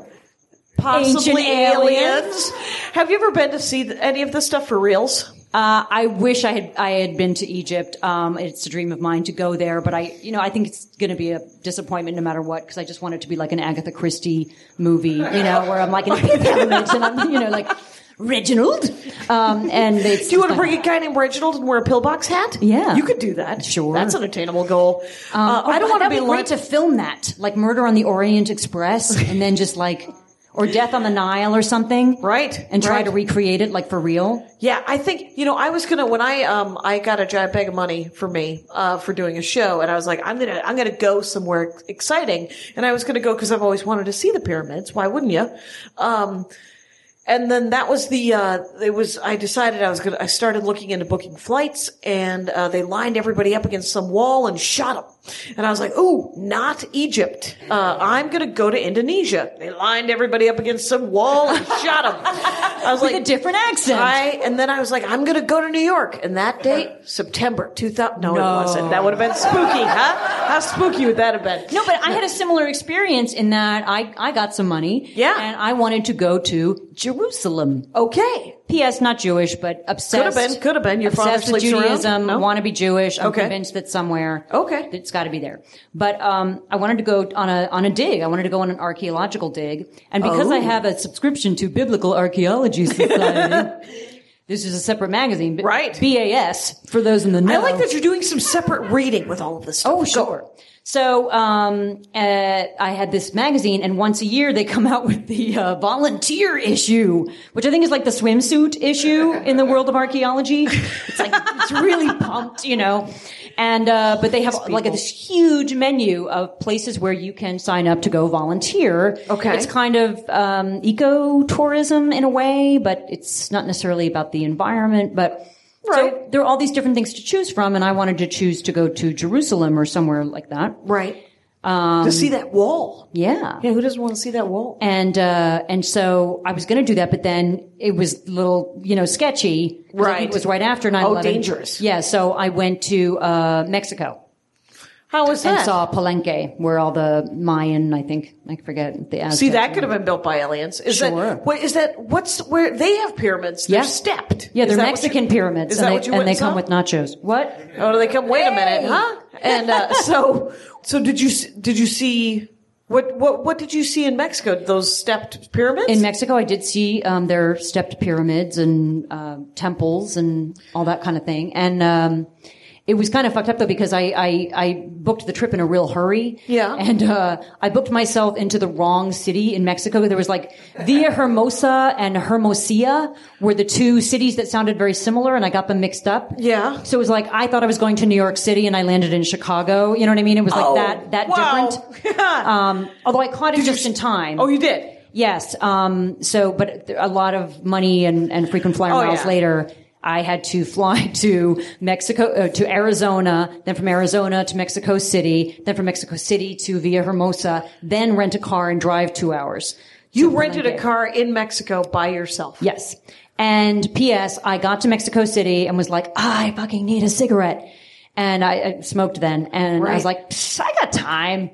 B: Possibly
C: Ancient aliens.
B: Have you ever been to see th- any of this stuff for reals?
C: Uh, I wish I had I had been to Egypt. Um, it's a dream of mine to go there, but I you know I think it's going to be a disappointment no matter what because I just want it to be like an Agatha Christie movie, you know, where I'm like in the pyramids and I'm you know like Reginald. Um, and it's
B: Do you want to bring a guy named Reginald and wear a pillbox hat?
C: Yeah.
B: You could do that.
C: Sure. Um, oh,
B: That's an attainable goal. uh, I don't want to be,
C: great
B: like
C: to film that, like Murder on the Orient Express, and then just like or Death on the Nile or something,
B: Right,
C: And try
B: right.
C: to recreate it like for real.
B: Yeah, I think you know I was gonna when I um I got a giant bag of money for me uh for doing a show and I was like I'm gonna I'm gonna go somewhere exciting and I was gonna go because I've always wanted to see the pyramids why wouldn't you um and then that was the uh it was I decided I was gonna I started looking into booking flights and uh, they lined everybody up against some wall and shot them And I was like, ooh, not Egypt. Uh, I'm going to go to Indonesia. They lined everybody up against some wall and shot them. I was like,
C: a different accent.
B: I, and then I was like, I'm going to go to New York. And that date, September 2000. No,
C: No.
B: it wasn't. That would have been spooky, huh? How spooky would that have been?
C: No, but I had a similar experience in that I, I got some money.
B: Yeah.
C: And I wanted to go to Jerusalem.
B: Okay.
C: P.S. Not Jewish, but obsessed.
B: been, could have been. Your father
C: obsessed with
B: sleeps around?
C: Judaism.
B: No?
C: Want to be Jewish? I'm
B: Okay.
C: convinced that somewhere.
B: Okay.
C: that It's got to be there. But um, I wanted to go on a on a dig. I wanted to go on an archaeological dig, and because I
B: Oh.
C: have a subscription to Biblical Archaeology Society. This is a separate magazine, but
B: Right.
C: BAS for those in the know.
B: I like that you're doing some separate reading with all of this stuff.
C: Oh,
B: Go
C: sure. So um, uh, I had this magazine, and once a year they come out with the uh, volunteer issue, which I think is like the swimsuit issue in the world of archaeology. It's like it's really pumped, you know. And uh, but they have like this huge menu of places where you can sign up to go volunteer.
B: Okay.
C: it's kind of um, eco tourism in a way, but it's not necessarily about the environment, but. So
B: Right.
C: there are all these different things to choose from, and I wanted to choose to go to Jerusalem or somewhere like that.
B: Right. to see that wall.
C: Um, Yeah.
B: Yeah, who doesn't want to see that wall?
C: And uh, and so I was going to do that, but then it was a little, you know, sketchy. 'cause I think
B: Right. Oh,
C: It was right after 9-11.
B: dangerous.
C: Yeah, so I went to uh, Mexico
B: How was
C: and saw Palenque, where all the Mayan, I think, I forget, the Aztecs.
B: See, that could have been built by aliens. Is
C: Sure.
B: that what is that what's where they have pyramids, they're
C: Yeah.
B: stepped.
C: Yeah,
B: Is that
C: they're
B: what you-
C: Mexican pyramids,
B: Is
C: and
B: that
C: they,
B: what you
C: and
B: went
C: they
B: and
C: come
B: saw?
C: with nachos. What?
B: Oh, do they come wait a minute,
C: Hey!
B: huh? And uh, so so did you s- did you see what what what did you see in Mexico? Those stepped pyramids?
C: In Mexico, I did see um, their stepped pyramids and uh, temples and all that kind of thing. And um, it was kind of fucked up though because I, I I booked the trip in a real hurry.
B: Yeah.
C: And uh, I booked myself into the wrong city in Mexico. There was like Villa Hermosa and Hermosillo were the two cities that sounded very similar, and I got them mixed up.
B: Yeah.
C: So it was like I thought I was going to New York City, and I landed in Chicago. You know what I mean? It was like
B: Oh,
C: that that
B: wow.
C: different. Um, although I caught it
B: you
C: just
B: s-
C: in time.
B: Oh, you did.
C: Yes. Um, so, but a lot of money and, and frequent flyer
B: Oh,
C: miles
B: yeah.
C: later, I had to fly to Mexico, uh, to Arizona, then from Arizona to Mexico City, then from Mexico City to Villa Hermosa, then rent a car and drive two hours.
B: You
C: So
B: rented a
C: Palenque.
B: car in Mexico by yourself.
C: Yes. And P.S. I got to Mexico City and was like, "Ah, I fucking need a cigarette. And I, I smoked then. And I
B: Right.
C: was like, "Psst, I got time.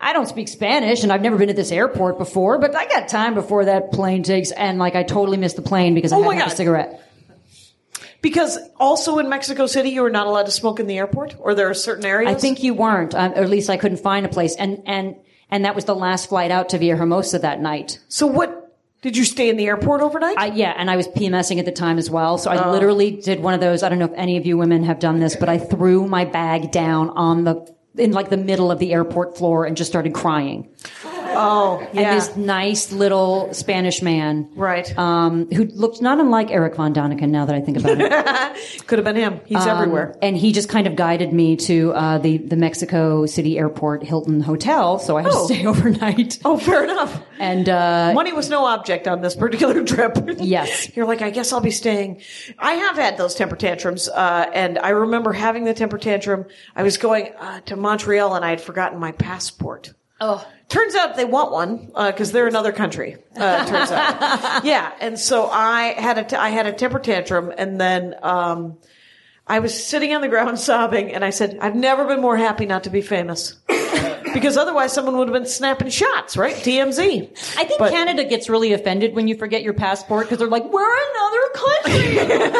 C: I don't speak Spanish and I've never been to this airport before, but I got time before that plane takes. And like, I totally missed the plane because I
B: Oh
C: had
B: my
C: half a
B: God.
C: cigarette.
B: Because also in Mexico City you were not allowed to smoke in the airport or there are certain areas?
C: I think you weren't, um, or at least I couldn't find a place. And, and, and that was the last flight out to Villa Hermosa that night.
B: So what did you stay in the airport overnight?
C: I, yeah, and I was PMSing at the time as well. So
B: Oh.
C: I literally did one of those. I don't know if any of you women have done this, but I threw my bag down on the in like the middle of the airport floor and just started crying.
B: oh, yeah.
C: And this nice little Spanish man,
B: Right.
C: um, who looked not unlike Eric von Daniken. Now that I think about it,
B: Could have been him. He's
C: um,
B: everywhere.
C: and he just kind of guided me to uh, the the Mexico City Airport Hilton Hotel, so I had
B: Oh.
C: to stay overnight.
B: Oh, fair enough.
C: And uh,
B: Money was no object on this particular trip.
C: Yes.
B: You're like, I guess I'll be staying. I have had those temper tantrums, uh, and I remember having the temper tantrum. I was going uh, to Montreal and I had forgotten my passport.
C: oh,
B: Turns out they want one because they're another country. Uh, it turns out, yeah. And so I had a t- I had a temper tantrum, and then um, I was sitting on the ground sobbing, and I said, "I've never been more happy not to be famous." Because otherwise, someone would have been snapping shots, right? TMZ.
C: I think
B: But-
C: Canada gets really offended when you forget your passport because they're like, "We're another country."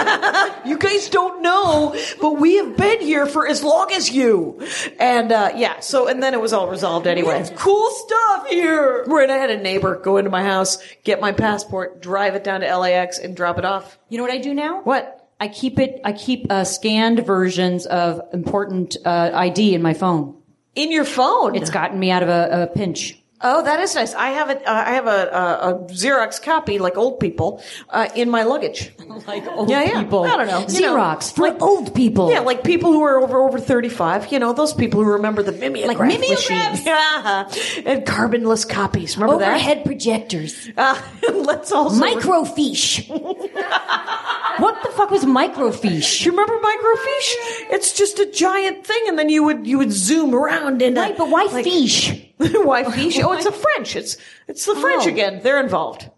B: You guys don't know, but we have been here for as long as you. And uh, yeah, so and then it was all resolved anyway.
C: cool stuff here.
B: Right, I had a neighbor go into my house, get my passport, drive it down to LAX, and drop it off.
C: You know what I do now?
B: What?
C: I keep it. I keep uh, scanned versions of important uh, ID in my phone.
B: in your phone.
C: It's gotten me out of a, a pinch.
B: oh, that is nice. I have a, uh, I have a, a, a Xerox copy, like old people, uh, in my luggage.
C: Like old
B: Yeah, yeah.
C: people.
B: I don't know. You know,
C: Xerox for like, old people.
B: Yeah, like people who are over over thirty five. You know, those people who remember the mimeograph
C: Like mimeographs.
B: machine. Yeah, and carbonless copies. Remember
C: overhead projectors,
B: that? Uh, let's also
C: microfiche. what the fuck was microfiche?
B: Do you remember microfiche? It's just a giant thing, and then you would you would zoom around and uh,
C: Right, but why
B: like-
C: fiche?
B: why fiche? Oh, it's a French. It's it's the French
C: Oh.
B: again. They're involved.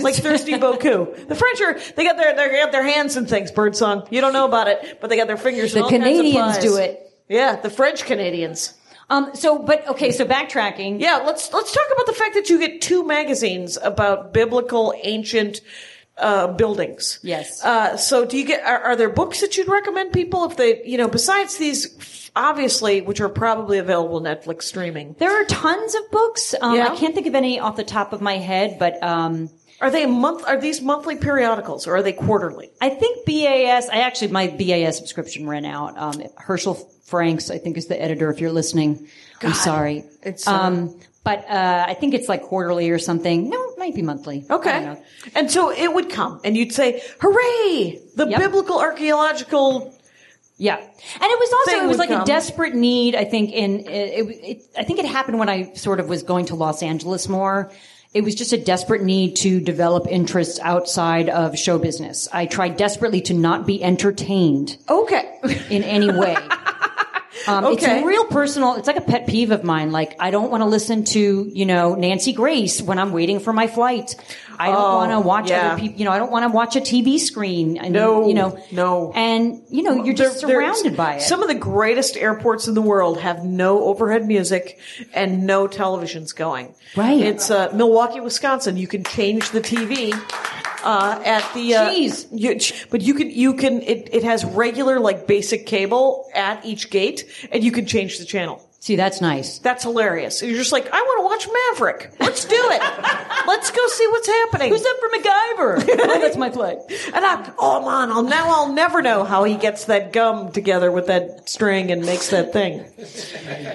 B: like thirsty Boku. The French are they got their they got their hands in things. Birdsong. You don't know about it, but they got their fingers. in
C: The
B: all kinds of
C: Canadians
B: pies.
C: do it.
B: Yeah, the French Canadians.
C: Um, so, but okay, so backtracking.
B: Yeah, let's let's talk about the fact that you get two magazines about biblical ancient uh, buildings.
C: Yes.
B: Uh, so do you get are, are there books that you'd recommend people if they you know besides these obviously which are probably available Netflix streaming
C: There are tons of books. Um,
B: Yeah.
C: I can't think of any off the top of my head, but um,
B: are they month are these monthly periodicals or are they quarterly?
C: I think BAS. I actually my BAS subscription ran out. Um, Herschel Franks, I think, is the editor. If you're listening, I'm sorry.
B: It's, uh,
C: um, but uh, I think it's like quarterly or something. No, it might be monthly. I don't
B: Okay.
C: know.
B: And so it would come and you'd say hooray the
C: Yep.
B: biblical archaeological
C: Yeah, and it was also
B: Thing
C: it was
B: would
C: like
B: come.
C: a desperate need. I think in it, it, it, I think it happened when I sort of was going to Los Angeles more. It was just a desperate need to develop interests outside of show business. I tried desperately to not be entertained
B: okay
C: in any way. Um, It's
B: Okay.
C: a real personal. It's like a pet peeve of mine. Like I don't want to listen to you know Nancy Grace when I'm waiting for my flight. I don't want to watch
B: Oh, yeah.
C: other people. You know I don't want to watch a TV screen. And,
B: No,
C: you know,
B: no.
C: and you know you're just
B: They're- they're-
C: surrounded by it.
B: Some of the greatest airports in the world have no overhead music and no televisions going.
C: Right.
B: It's uh, Milwaukee, Wisconsin. You can change the TV. Uh, at the uh,
C: Jeez.
B: you- but you can you can it, it has regular like basic cable at each gate and you can change the channel.
C: See, that's nice.
B: That's hilarious. You're just like I want to watch Maverick. Let's do it. Let's go see what's happening.
C: Who's up for MacGyver? oh, that's my play.
B: And I, oh man, I'll, now I'll never know how he gets that gum together with that string and makes that thing.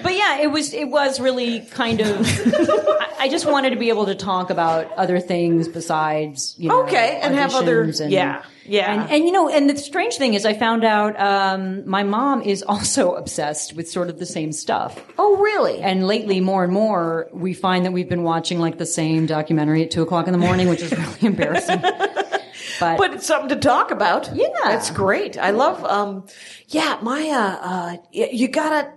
C: But yeah, it was it was really kind of. I, I just wanted to be able to talk about other things besides you know
B: Okay, and have other-
C: auditions and-
B: yeah, yeah.
C: and, and you know and the strange thing is I found out um, my mom is also obsessed with sort of the same stuff.
B: Oh, really?
C: And lately, more and more, we find that we've been watching like the same documentary at two o'clock in the morning, which is really embarrassing. But,
B: But it's something to talk about.
C: Yeah.
B: that's great. I love. Um, yeah, my uh, uh, y- you gotta.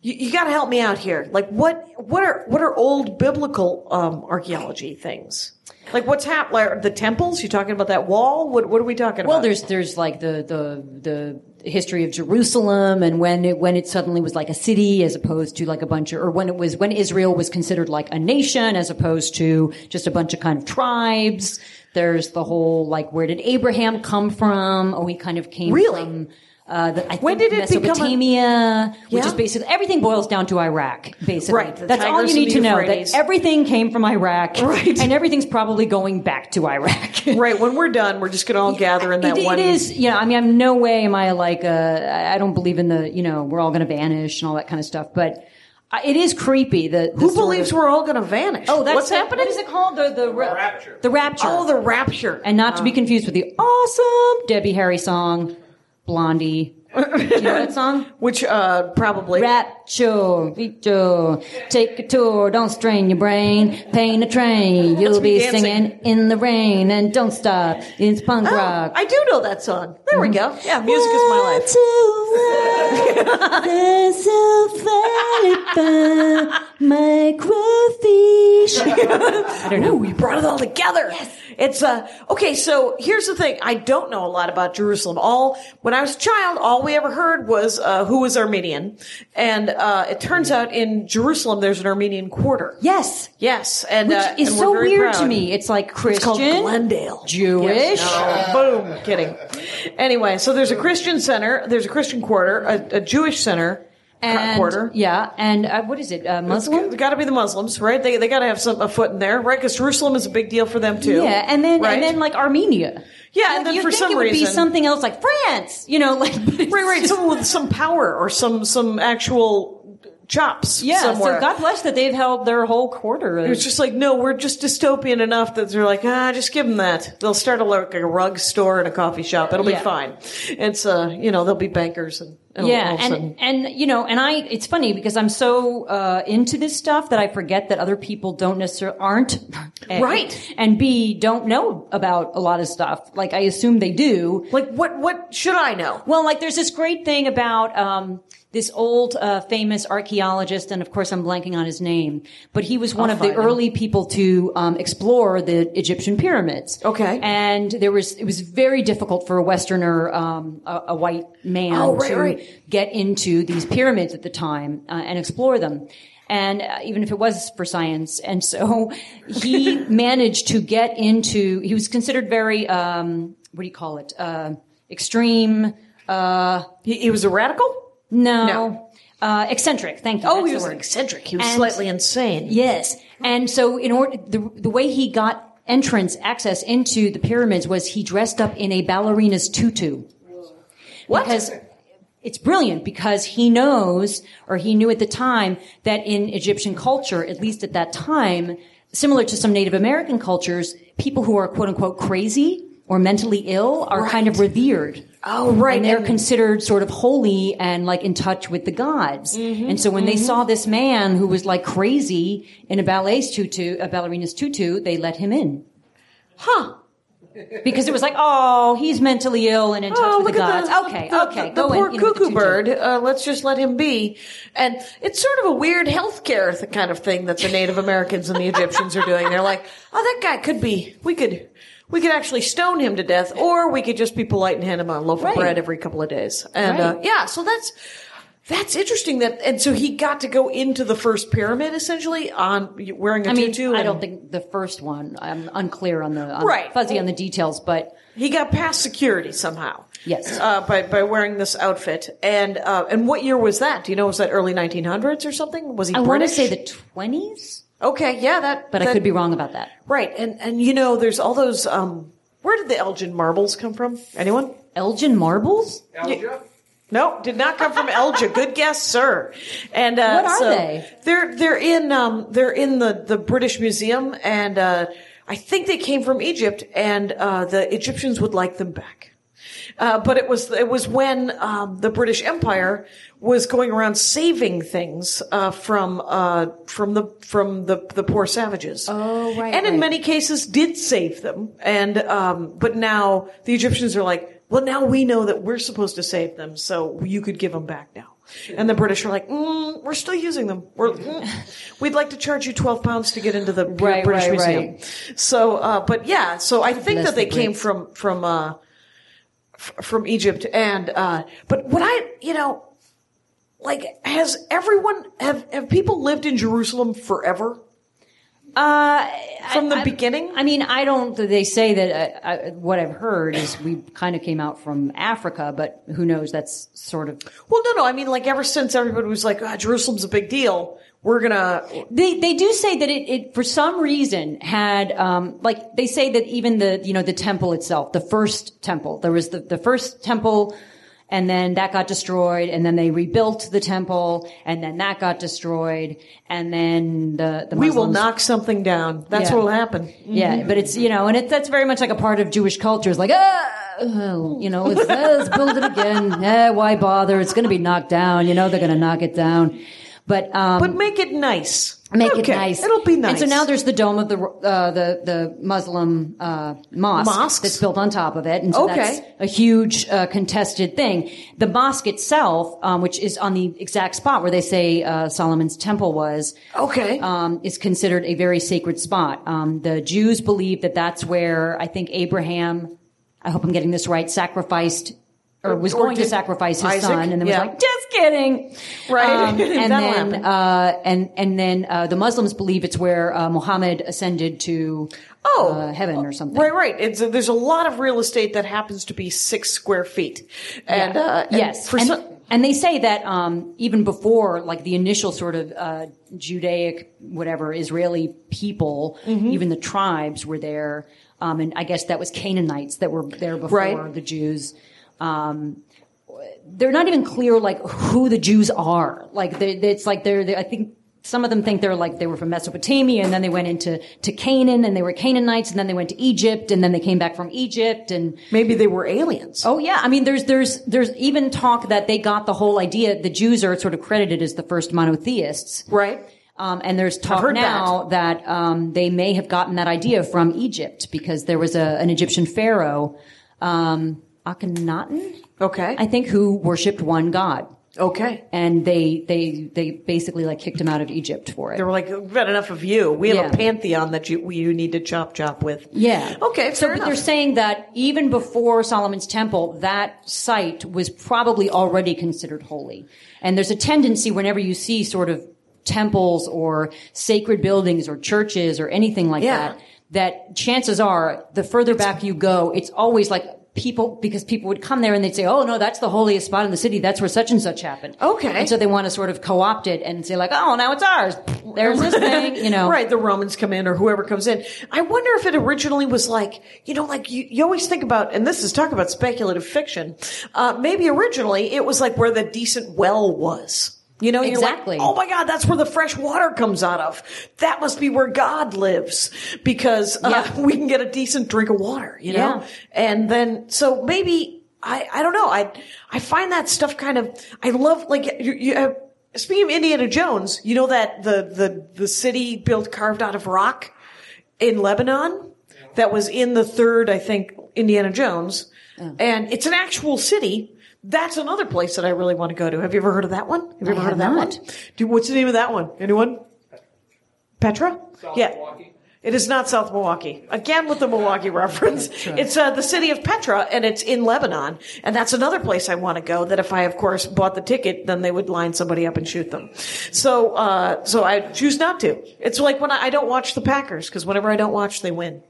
B: You, you got to help me out here. Like, what what are what are old biblical um, archaeology things? Like, what's happening? Like, the temples? You talking about that wall? What what are we talking
C: Well,
B: about?
C: there's there's like the the the history of Jerusalem and when it when it suddenly was like a city as opposed to like a bunch of or when it was when Israel was considered like a nation as opposed to just a bunch of kind of tribes. There's the whole like where did Abraham come from? Oh, he kind of came
B: Really?
C: from uh, the, I think
B: When did it become a-
C: Mesopotamia, which
B: Yeah.
C: is basically everything boils down to Iraq. Basically,
B: Right, the
C: that's all
B: Tigris
C: you
B: and
C: need
B: the
C: to know. That
B: Euphrates.
C: everything came from Iraq,
B: Right.
C: And everything's probably going back to Iraq.
B: right when we're done, we're just gonna all gather in that
C: It-
B: one.
C: It is, you know, I mean, I'm no way am I like, uh, I I don't believe in the, you know, we're all going to vanish and all that kind of stuff, but I- it is creepy. The, the
B: Who
C: sort
B: believes
C: of-
B: we're all gonna vanish?
C: Oh, that's
B: what's
C: the-
B: happening.
C: What is it called? The, the, ra-
D: rapture.
C: The rapture.
B: Oh, the uh-huh. rapture.
C: and not to be confused with the awesome Debbie Harry song, Blondie. Do you know that song?
B: Which uh, probably
C: Rapture, Vito, take a tour, don't strain your brain, paint a train, you'll
B: me
C: be
B: dancing.
C: singing in the rain and don't stop, it's punk
B: Oh,
C: rock.
B: I do know that song. There we go. Yeah, music is my life.
C: I don't know.
B: We brought it all together. It's uh okay. So here's the thing. I don't know a lot about Jerusalem. All when I was a child, all we ever heard was uh, who was Armenian, and uh, it turns out in Jerusalem there's an Armenian quarter.
C: Yes.
B: Yes, and
C: Which
B: uh,
C: is
B: and we're
C: so
B: very
C: weird
B: proud.
C: to me. It's like
B: It's called
C: Christian,
B: Glendale.
C: Jewish.
B: Yes, no. Boom. Kidding. Anyway, so there's a Christian center. There's a Christian quarter. A, a Jewish center. uh,
C: and
B: quarter.
C: yeah, and uh, what is it? Uh, Muslim.
B: Got to be the Muslims, right? They they got to have some a foot in there, right? Because Jerusalem is a big deal for them too.
C: Yeah, and then
B: right?
C: and then like Armenia.
B: Yeah, and then
C: you
B: for
C: think
B: some
C: it would be
B: reason-
C: something else like France, you know, like
B: right, right, someone with some power or some some actual chops.
C: Yeah,
B: somewhere.
C: so God bless that they've held their whole quarter.
B: It's just like no, we're just dystopian enough that they're like, ah, just give them that. They'll start a like a rug store and a coffee shop. It'll be
C: Yeah.
B: fine. It's uh, you know, they'll be bankers and all- all
C: yeah,
B: of a
C: and
B: sudden.
C: and you know, and I it's funny because I'm so uh, into this stuff that I forget that other people don't necessarily aren't A,
B: Right.
C: and B don't know about a lot of stuff. Like I assume they do,
B: like what? What should I know?
C: Well, like there's this great thing about um, this old uh, famous archaeologist, and of course I'm blanking on his name, but he was one
B: I'll
C: of the
B: find him.
C: early people to um, explore the Egyptian pyramids.
B: Okay.
C: and there was it was very difficult for a Westerner, um, a, a white man,
B: Oh, right,
C: to
B: right.
C: get into these pyramids at the time uh, and explore them. And uh, even if it was for science, and so he managed to get into. He was considered very um, what do you call it? Uh, extreme. Uh,
B: He, he was a radical.
C: no.
B: No.
C: Uh, eccentric. Thank you.
B: Oh,
C: That's
B: he
C: the
B: was
C: word.
B: eccentric. He was
C: And-
B: slightly insane.
C: Yes. And so in order, the, the way he got entrance access into the pyramids was he dressed up in a ballerina's tutu.
B: What?
C: Because it's brilliant because he knows, or he knew at the time, that in Egyptian culture, at least at that time, similar to some Native American cultures, people who are quote unquote crazy or mentally ill are kind of revered.
B: Oh, right.
C: And they're
B: And-
C: considered sort of holy and like in touch with the gods.
B: Mm-hmm,
C: and so when they saw this man who was like crazy in a ballet's tutu, a ballerina's tutu, they let him in.
B: Huh.
C: Because it was like, oh, he's mentally ill and in touch
B: Oh,
C: with
B: look
C: the
B: at
C: gods.
B: the,
C: okay,
B: the,
C: okay,
B: the,
C: go
B: the poor
C: in, you know, with the
B: cuckoo
C: tutu.
B: bird. Uh, let's just let him be. And it's sort of a weird healthcare th- kind of thing that the Native Americans and the Egyptians are doing. They're like, oh, that guy could be. We could, we could actually stone him to death, or we could just be polite and hand him a loaf
C: Right.
B: of bread every couple of days. And uh,
C: Right.
B: yeah, so that's that's interesting. That and so he got to go into the first pyramid essentially on wearing a
C: I mean,
B: tutu.
C: I
B: and
C: don't think the first one. I'm unclear on the i
B: Right.
C: fuzzy on the details, but
B: he got past security somehow.
C: Yes.
B: uh, by by wearing this outfit. And uh, and what year was that? Do you know? Was that early 1900s or something? Was he?
C: I want to
B: British?
C: say the 20s,
B: Okay, yeah, that.
C: but I
B: that-
C: could be wrong about that.
B: Right, and and you know, there's all those. Um, where did the Elgin marbles come from? Anyone?
C: Elgin marbles?
D: Algebra?
B: No, did not come from Elgin. Good guess, sir. And uh,
C: What are
B: so
C: they?
B: They're they're in um they're in the the British Museum, and uh, I think they came from Egypt, and uh, the Egyptians would like them back. Uh, but it was it was when um, the British Empire was going around saving things uh, from uh, from the from the, the poor savages.
C: Oh, right,
B: And in
C: right.
B: many cases, did save them. And um, but now the Egyptians are like, well, now we know that we're supposed to save them, so you could give them back now. And the British are like, mm, we're still using them. We're, mm, we'd like to charge you twelve pounds to get into the
C: Right,
B: British
C: right,
B: Museum.
C: right.
B: So, uh, but yeah, so I think
C: Bless
B: that they
C: the
B: came
C: Brits.
B: from from uh, f- from Egypt, and uh, but what I you know, like has everyone have have people lived in Jerusalem forever
C: Uh,
B: from the beginning?
C: I mean, I don't. They say that uh, I, what I've heard is we kind of came out from Africa, but who knows? That's sort of
B: well, no, no, I mean like ever since everybody was like, ah, Jerusalem's a big deal. We're gonna
C: they they do say that it, it for some reason had um like they say that even the you know the temple itself the first temple there was the, the first temple and then that got destroyed and then they rebuilt the temple and then that got destroyed and then the the
B: we will
C: Muslims-
B: knock something down. That's
C: Yeah.
B: what will happen.
C: yeah but it's you know and it that's very much like a part of Jewish culture it's like ah well, you know let's, let's build it again eh, why bother it's going to be knocked down you know they're going to knock it down but um
B: But make it nice.
C: make
B: Okay,
C: it nice.
B: It'll be nice.
C: And so now there's the dome of the uh, the the Muslim uh, mosque
B: Mosques?
C: that's built on top of it, and so
B: Okay.
C: that's a huge uh, contested thing. The mosque itself, um, which is on the exact spot where they say uh, Solomon's temple was,
B: okay.
C: um, is considered a very sacred spot. Um, the Jews believe that that's where I think Abraham, I hope I'm getting this right, sacrificed or was
B: or
C: going to
B: did
C: sacrifice his
B: Isaac?
C: son, and then
B: Yeah.
C: was like, just kidding,
B: Right.
C: Um, and
B: That'll happen.
C: then uh, and and then uh, the Muslims believe it's where uh, Muhammad ascended to
B: Oh.
C: uh, heaven or something.
B: Right, right. It's a, there's a lot of real estate that happens to be six square feet, and uh, and
C: yes,
B: for
C: and,
B: some,
C: and they say that um, even before like the initial sort of uh, Judaic, whatever Israeli people,
B: Mm-hmm.
C: even the tribes were there, um, and I guess that was Canaanites that were there before
B: Right.
C: the Jews. Um, they're not even clear like who the Jews are. Like they, they- it's like they're, they I think Some of them think they're like they were from Mesopotamia and then they went into to Canaan and they were Canaanites and then they went to Egypt and then they came back from Egypt and
B: Maybe they were aliens.
C: Oh yeah, I mean, there's there's there's even talk that they got the whole idea. The Jews are sort of credited as the first monotheists,
B: Right.
C: Um, and there's talk
B: heard
C: now that, um, they may have gotten that idea from Egypt because there was a, an Egyptian pharaoh, um, Akhenaten,
B: Okay.
C: I think, who worshipped one god,
B: okay.
C: and they they they basically like kicked him out of Egypt for it.
B: They were like, we've had enough of you. We have
C: Yeah.
B: a pantheon that you, you need to chop chop with.
C: Yeah.
B: Okay,
C: So
B: fair
C: but
B: enough.
C: they're saying that even before Solomon's temple, that site was probably already considered holy. And there's a tendency whenever you see sort of temples or sacred buildings or churches or anything like
B: Yeah.
C: that, that chances are the further back you go, it's always like people, because people would come there and they'd say, oh no, that's the holiest spot in the city. That's where such and such happened.
B: Okay.
C: And so they want to sort of co-opt it and say like, oh, now it's ours. There's this thing, you know.
B: Right, the Romans come in or whoever comes in. I wonder if it originally was like, you know, like you, you always think about, and this is talk about speculative fiction. Uh, maybe originally it was like where the decent well was. You know, you're like,
C: Exactly.
B: oh my God, that's where the fresh water comes out of. That must be where God lives because uh,
C: Yeah.
B: we can get a decent drink of water, you know?
C: Yeah.
B: And then, so maybe, I, I don't know. I, I find that stuff kind of, I love, like, you, you have, speaking of Indiana Jones, you know that the, the, the city built carved out of rock in Lebanon that was in the third, I think, Indiana Jones. And it's an actual city. That's another place that I really want to go to. Have you ever heard of that one? Have you ever
C: I
B: heard of
C: have
B: that
C: not.
B: one? Do, what's the name of that one? Anyone? Petra? yeah. It is not South Milwaukee. Again, with the Milwaukee reference, it's uh, the city of Petra, and it's in Lebanon, and that's another place I want to go. That if I, of course, bought the ticket, then they would line somebody up and shoot them. So, uh, so I choose not to. It's like when I, I don't watch the Packers because whenever I don't watch, they win.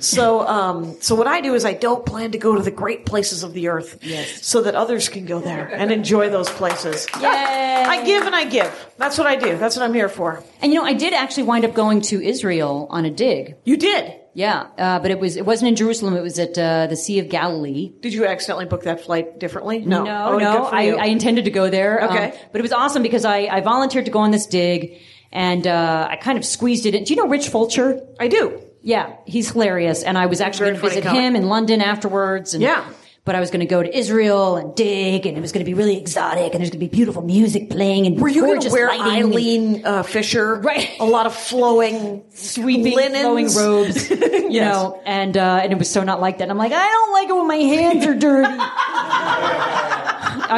B: So, um, so what I do is I don't plan to go to the great places of the earth,
C: Yes.
B: so that others can go there and enjoy those places.
C: Yay.
B: I give and I give. That's what I do. That's what I'm here for.
C: And you know, I did actually wind up going to Israel on a dig.
B: You did.
C: Yeah, uh, but it was it wasn't in Jerusalem. It was at uh, the Sea of Galilee.
B: Did you accidentally book that flight differently? No,
C: no,
B: Oh,
C: no.
B: good for
C: I,
B: you.
C: I intended to go there. um,
B: Okay.
C: but it was awesome because I, I volunteered to go on this dig, and uh, I kind of squeezed it in. Do you know Rich Fulcher?
B: I do.
C: Yeah, he's hilarious, and I was actually
B: Very
C: going to visit
B: funny comic.
C: him in London afterwards. And,
B: Yeah.
C: But I was going to go to Israel and dig, and it was going to be really exotic, and there's going to be beautiful music playing, and
B: Were you going to
C: gorgeous
B: wear
C: lighting and
B: Eileen uh, Fisher?
C: Right.
B: A lot of flowing,
C: sweeping,
B: linens.
C: flowing robes, you know, and uh, and it was so not like that. I'm like, I don't like it when my hands are dirty. I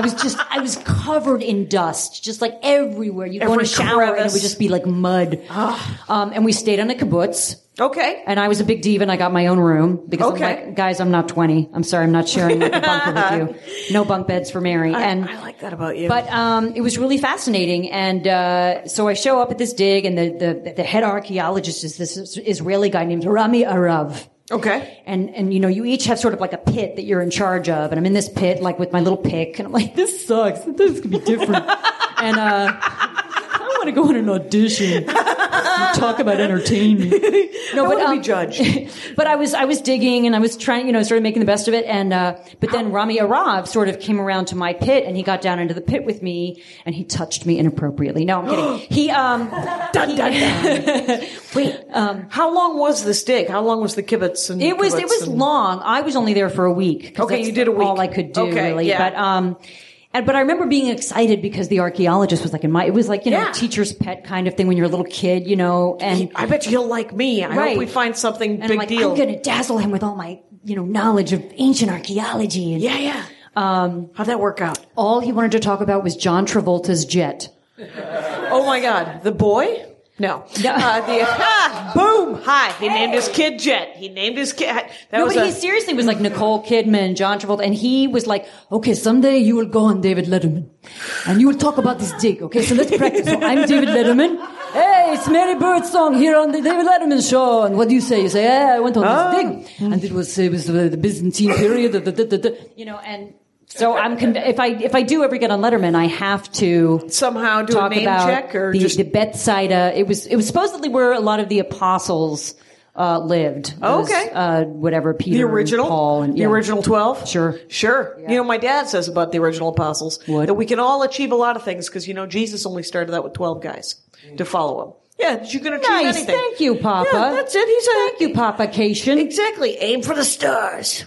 C: was just, I was covered in dust, just like everywhere. You go in
B: Every
C: a shower and it
B: crevice. Ah.
C: would just be like mud. um, and we stayed on a kibbutz.
B: Okay.
C: And I was a big diva and I got my own room because
B: Okay.
C: I'm like, guys, I'm not 20. I'm sorry. I'm not sharing the bunker with you. No bunk beds for Mary. and
B: I like that about you.
C: but um, it was really fascinating, and uh, so I show up at this dig, and the the, the head archaeologist is this Israeli guy named Rami Arav.
B: okay.
C: And and you know you each have sort of like a pit that you're in charge of, and I'm in this pit like with my little pick, and I'm like, this sucks. This could be different. and uh, I want to go in an audition. Talk about entertainment. No,
B: I
C: but
B: wanna be
C: um,
B: judged.
C: but I was I was digging and I was trying, you know, sort of making the best of it. And uh, but then Rami Arav sort of came around to my pit and he got down into the pit with me and he touched me inappropriately. No, I'm kidding. he um
B: Dun, dun, dun.
C: wait um
B: How long was this dig? How long was the kibbutz? And
C: it was
B: kibbutz
C: it was
B: and-
C: long. I was only there for a week. 'cause
B: Okay,
C: that's
B: you did a week.
C: All I could do
B: Okay,
C: really,
B: yeah.
C: but um. And, but I remember being excited because the archaeologist was like in my, it was like, you know,
B: Yeah.
C: teacher's pet kind of thing when you're a little kid, you know, and
B: I bet you'll like me. I
C: Right.
B: hope we find something
C: and
B: big
C: I'm like,
B: deal.
C: I'm going to dazzle him with all my, you know, knowledge of ancient archaeology. And
B: yeah, yeah. Um, How'd that work out?
C: all he wanted to talk about was John Travolta's jet.
B: Oh my God, the boy? No.
C: No.
B: Uh, the, ah, boom! Hi. He named his kid Jet. He named his kid. That
C: No,
B: was
C: but
B: a-
C: he seriously was like Nicole Kidman, John Travolta, and he was like, okay, someday you will go on David Letterman and you will talk about this dig. Okay, so let's practice. So I'm David Letterman. Hey, it's Mary Birdsong here on the David Letterman show. And what do you say? You say, yeah, I went on
B: Oh.
C: this dig and it was, it was uh, the Byzantine period, da, da, da, da, da," you know, and so I'm, conv- if I, if I do ever get on Letterman, I have to
B: somehow do a
C: talk
B: name
C: about
B: check or
C: the,
B: just
C: the Bethsaida. It was it was supposedly where a lot of the apostles uh, lived. Those,
B: Okay.
C: uh, whatever Peter,
B: The original,
C: and Paul, and yeah.
B: the original twelve.
C: Sure.
B: sure. You know, my dad says about the original apostles
C: What?
B: that we can all achieve a lot of things because you know Jesus only started out with twelve guys to follow him. Yeah, you can achieve
C: Nice,
B: anything.
C: thank you, Papa.
B: Yeah, that's it. He's a
C: Thank you, Papa Cation.
B: Exactly. Aim for the stars.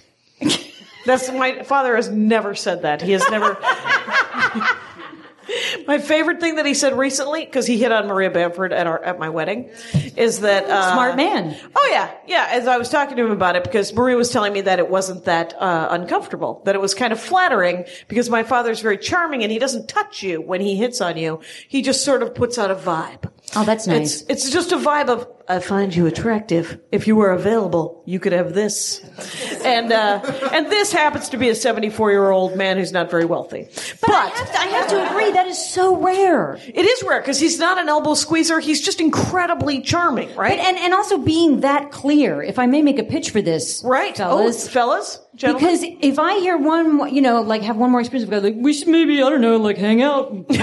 B: That's my father has never said that. He has never. my favorite thing that he said recently, because he hit on Maria Bamford at our at my wedding, is that uh,
C: Smart man.
B: Oh yeah, yeah. As I was talking to him about it, because Maria was telling me that it wasn't that uh, uncomfortable, that it was kind of flattering, because my father's very charming and he doesn't touch you when he hits on you. He just sort of puts out a vibe.
C: Oh, that's nice.
B: It's, it's just a vibe of, I find you attractive. If you were available, you could have this. And, uh, and this happens to be a 74 year old man who's not very wealthy. But,
C: I have, to, I have to agree, that is so rare.
B: it is rare because he's not an elbow squeezer. He's just incredibly charming, right?
C: But, and, and also being that clear, if I may make a pitch for this,
B: right.
C: uh, fellas.
B: Oh, fellas, gentlemen.
C: Because if I hear one, mo- you know, like have one more experience, of like we should maybe I don't know, like hang out.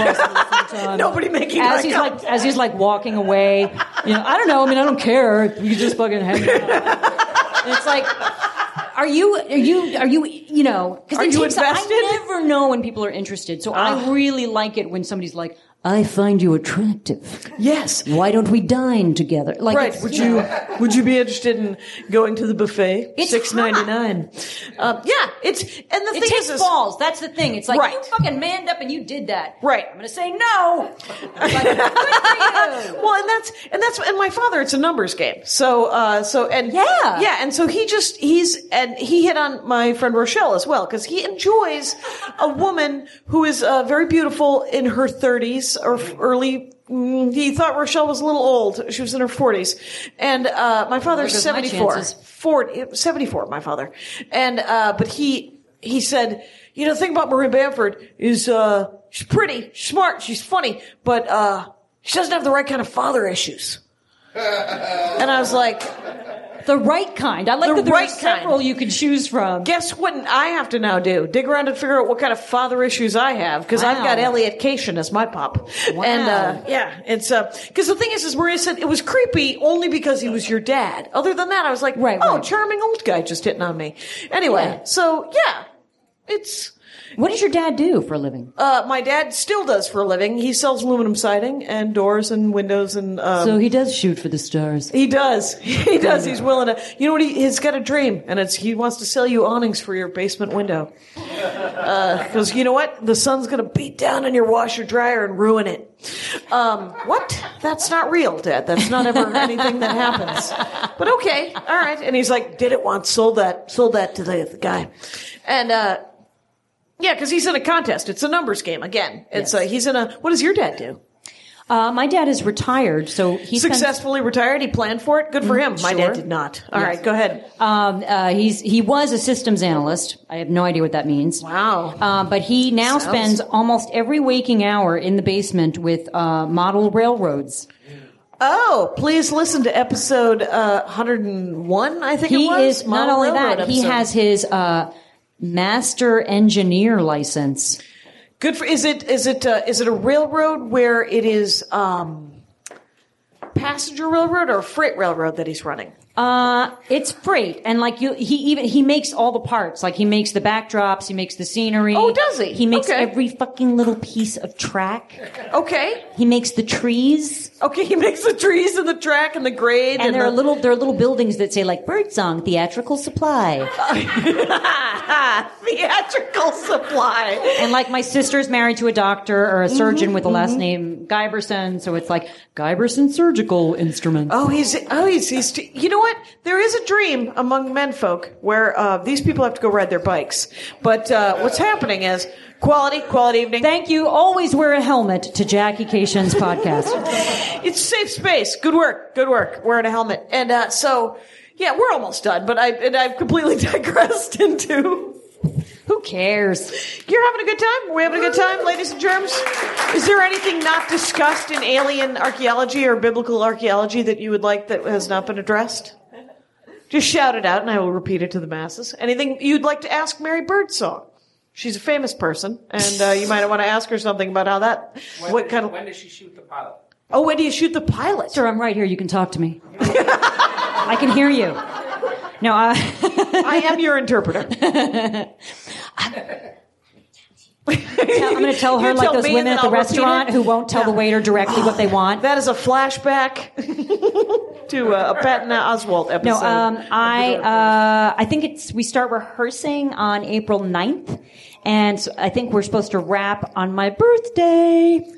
B: Nobody making
C: as
B: eye
C: he's
B: contact.
C: like as he's like walking away, you know, I don't know. I mean, I don't care. You just fucking hang out. And it's like, are you are you are you you know? Because
B: Are you
C: I
B: invested? Ah.
C: never know when people are interested, so I really like it when somebody's like, I find you attractive.
B: yes.
C: Why don't we dine together? Like,
B: Right?
C: it's,
B: Would
C: know,
B: you would you be interested in going to the buffet?
C: It's
B: Six ninety nine. Um, yeah, it's and the
C: It
B: thing
C: takes
B: is, is-
C: balls. That's the thing. It's like
B: Right.
C: you fucking manned up and you did that.
B: Right.
C: I'm gonna say no. Like, good for you.
B: well, and that's and that's and my father. It's a numbers game. So uh, so and
C: Yeah.
B: yeah, and so he just he's and he hit on my friend Rochelle as well because he enjoys a woman who is uh, very beautiful in her thirties or f- early. mm, He thought Rochelle was a little old. She was in her 40s. And uh, my father's
C: There goes my
B: 74.
C: chances.
B: 40, 74, my father. And, uh, but he, he said, you know, the thing about Maria Bamford is, uh, she's pretty, she's smart, she's funny, but, uh, she doesn't have the right kind of father issues. and I was like,
C: The right kind. I like
B: The
C: that there
B: right
C: are
B: kind.
C: several you can choose from.
B: guess what I have to now do? Dig around and figure out what kind of father issues I have because I've
C: Wow.
B: got Elliot Cation as my pop.
C: Wow.
B: And uh, yeah, it's because the thing is, is Maria said it was creepy only because he was your dad. Other than that, I was like,
C: Right,
B: oh,
C: right.
B: charming old guy just hitting on me. Anyway,
C: Yeah.
B: so yeah, it's.
C: What does your dad do for a living?
B: Uh, my dad still does for a living. He sells aluminum siding and doors and windows and um,
C: so he does shoot for the stars.
B: He does. He does. He's willing to. You know what? He, he's got a dream, and it's he wants to sell you awnings for your basement window. Because you know what? The sun's going to beat down on your washer dryer and ruin it. Um, what? That's not real, Dad. That's not ever anything that happens. But okay, all right. And he's like, did it once, sold that, sold that to the, the guy, and uh, yeah, because he's in a contest. It's a numbers game again. It's uh, he's in a. What does your dad do?
C: Uh, my dad is retired, so he spends-
B: successfully retired. He planned for it. Good for him. My
C: Mm-hmm. sure.
B: dad did not. All right, go ahead.
C: um, uh, he's he was a systems analyst. I have no idea what that means.
B: Wow.
C: Um, but he now
B: Sounds-
C: spends almost every waking hour in the basement with uh, model railroads.
B: oh, please listen to episode uh, 101. I think it
C: he
B: was.
C: is not
B: Model
C: only
B: Railroad
C: that he
B: episode.
C: has his uh, master engineer license
B: good for. Is it is it uh, is it a railroad where it is um, passenger railroad or freight railroad that he's running?
C: uh, it's freight and like you he even he makes all the parts like he makes the backdrops he makes the scenery
B: Oh, does he?
C: he makes
B: Okay.
C: every fucking little piece of track
B: Okay,
C: he makes the trees
B: okay. He makes the trees and the track and the grade,
C: and there
B: the,
C: are little there are little buildings that say like birdsong theatrical supply
B: theatrical supply.
C: and like my sister's married to a doctor or a
B: Mm-hmm,
C: surgeon with the last name Guyberson so it's like Guyberson surgical instruments
B: Oh, he's oh he's he's. You know what? There is a dream among menfolk where uh, these people have to go ride their bikes. But uh, what's happening is quality, quality evening.
C: Thank you. Always wear a helmet to Jackie Cation's podcast.
B: It's safe space. Good work. Good work. Wearing a helmet. And uh, so, yeah, we're almost done. But I and I've completely digressed into.
C: Who cares?
B: You're having a good time. We're having a good time, ladies and germs. Is there anything not discussed in alien archaeology or biblical archaeology that you would like that has not been addressed? Just shout it out, and I will repeat it to the masses. Anything you'd like to ask Mary Birdsong? She's a famous person, and uh, you might want to ask her something about how that. what kind of?
D: When does she shoot the pilot?
B: oh, when do you shoot the pilot?
C: Sir, I'm right here. You can talk to me. I can hear you. No, uh, I.
B: I am your interpreter.
C: I'm going to tell her
B: You
C: like
B: tell
C: those
B: me
C: women
B: and then
C: at the
B: I'll repeat
C: restaurant
B: it.
C: who won't tell the waiter directly what they want.
B: That is a flashback to uh, a Patton Oswalt episode.
C: No, um, I uh, I think it's we start rehearsing on April 9th, and so I think we're supposed to wrap on my birthday.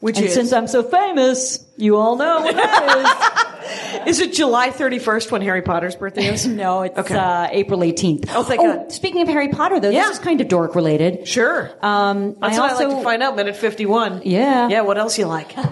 B: which
C: And
B: is
C: since I'm so famous, you all know what that
B: is it July 31st when Harry Potter's birthday is?
C: is. no, it's uh, April 18th.
B: Oh, thank God.
C: Speaking of Harry Potter, though,
B: Yeah.
C: this is kind of dork related.
B: Sure.
C: Um,
B: That's
C: I
B: what
C: also
B: I like to find out. Minute 51.
C: Yeah.
B: Yeah. What else you like?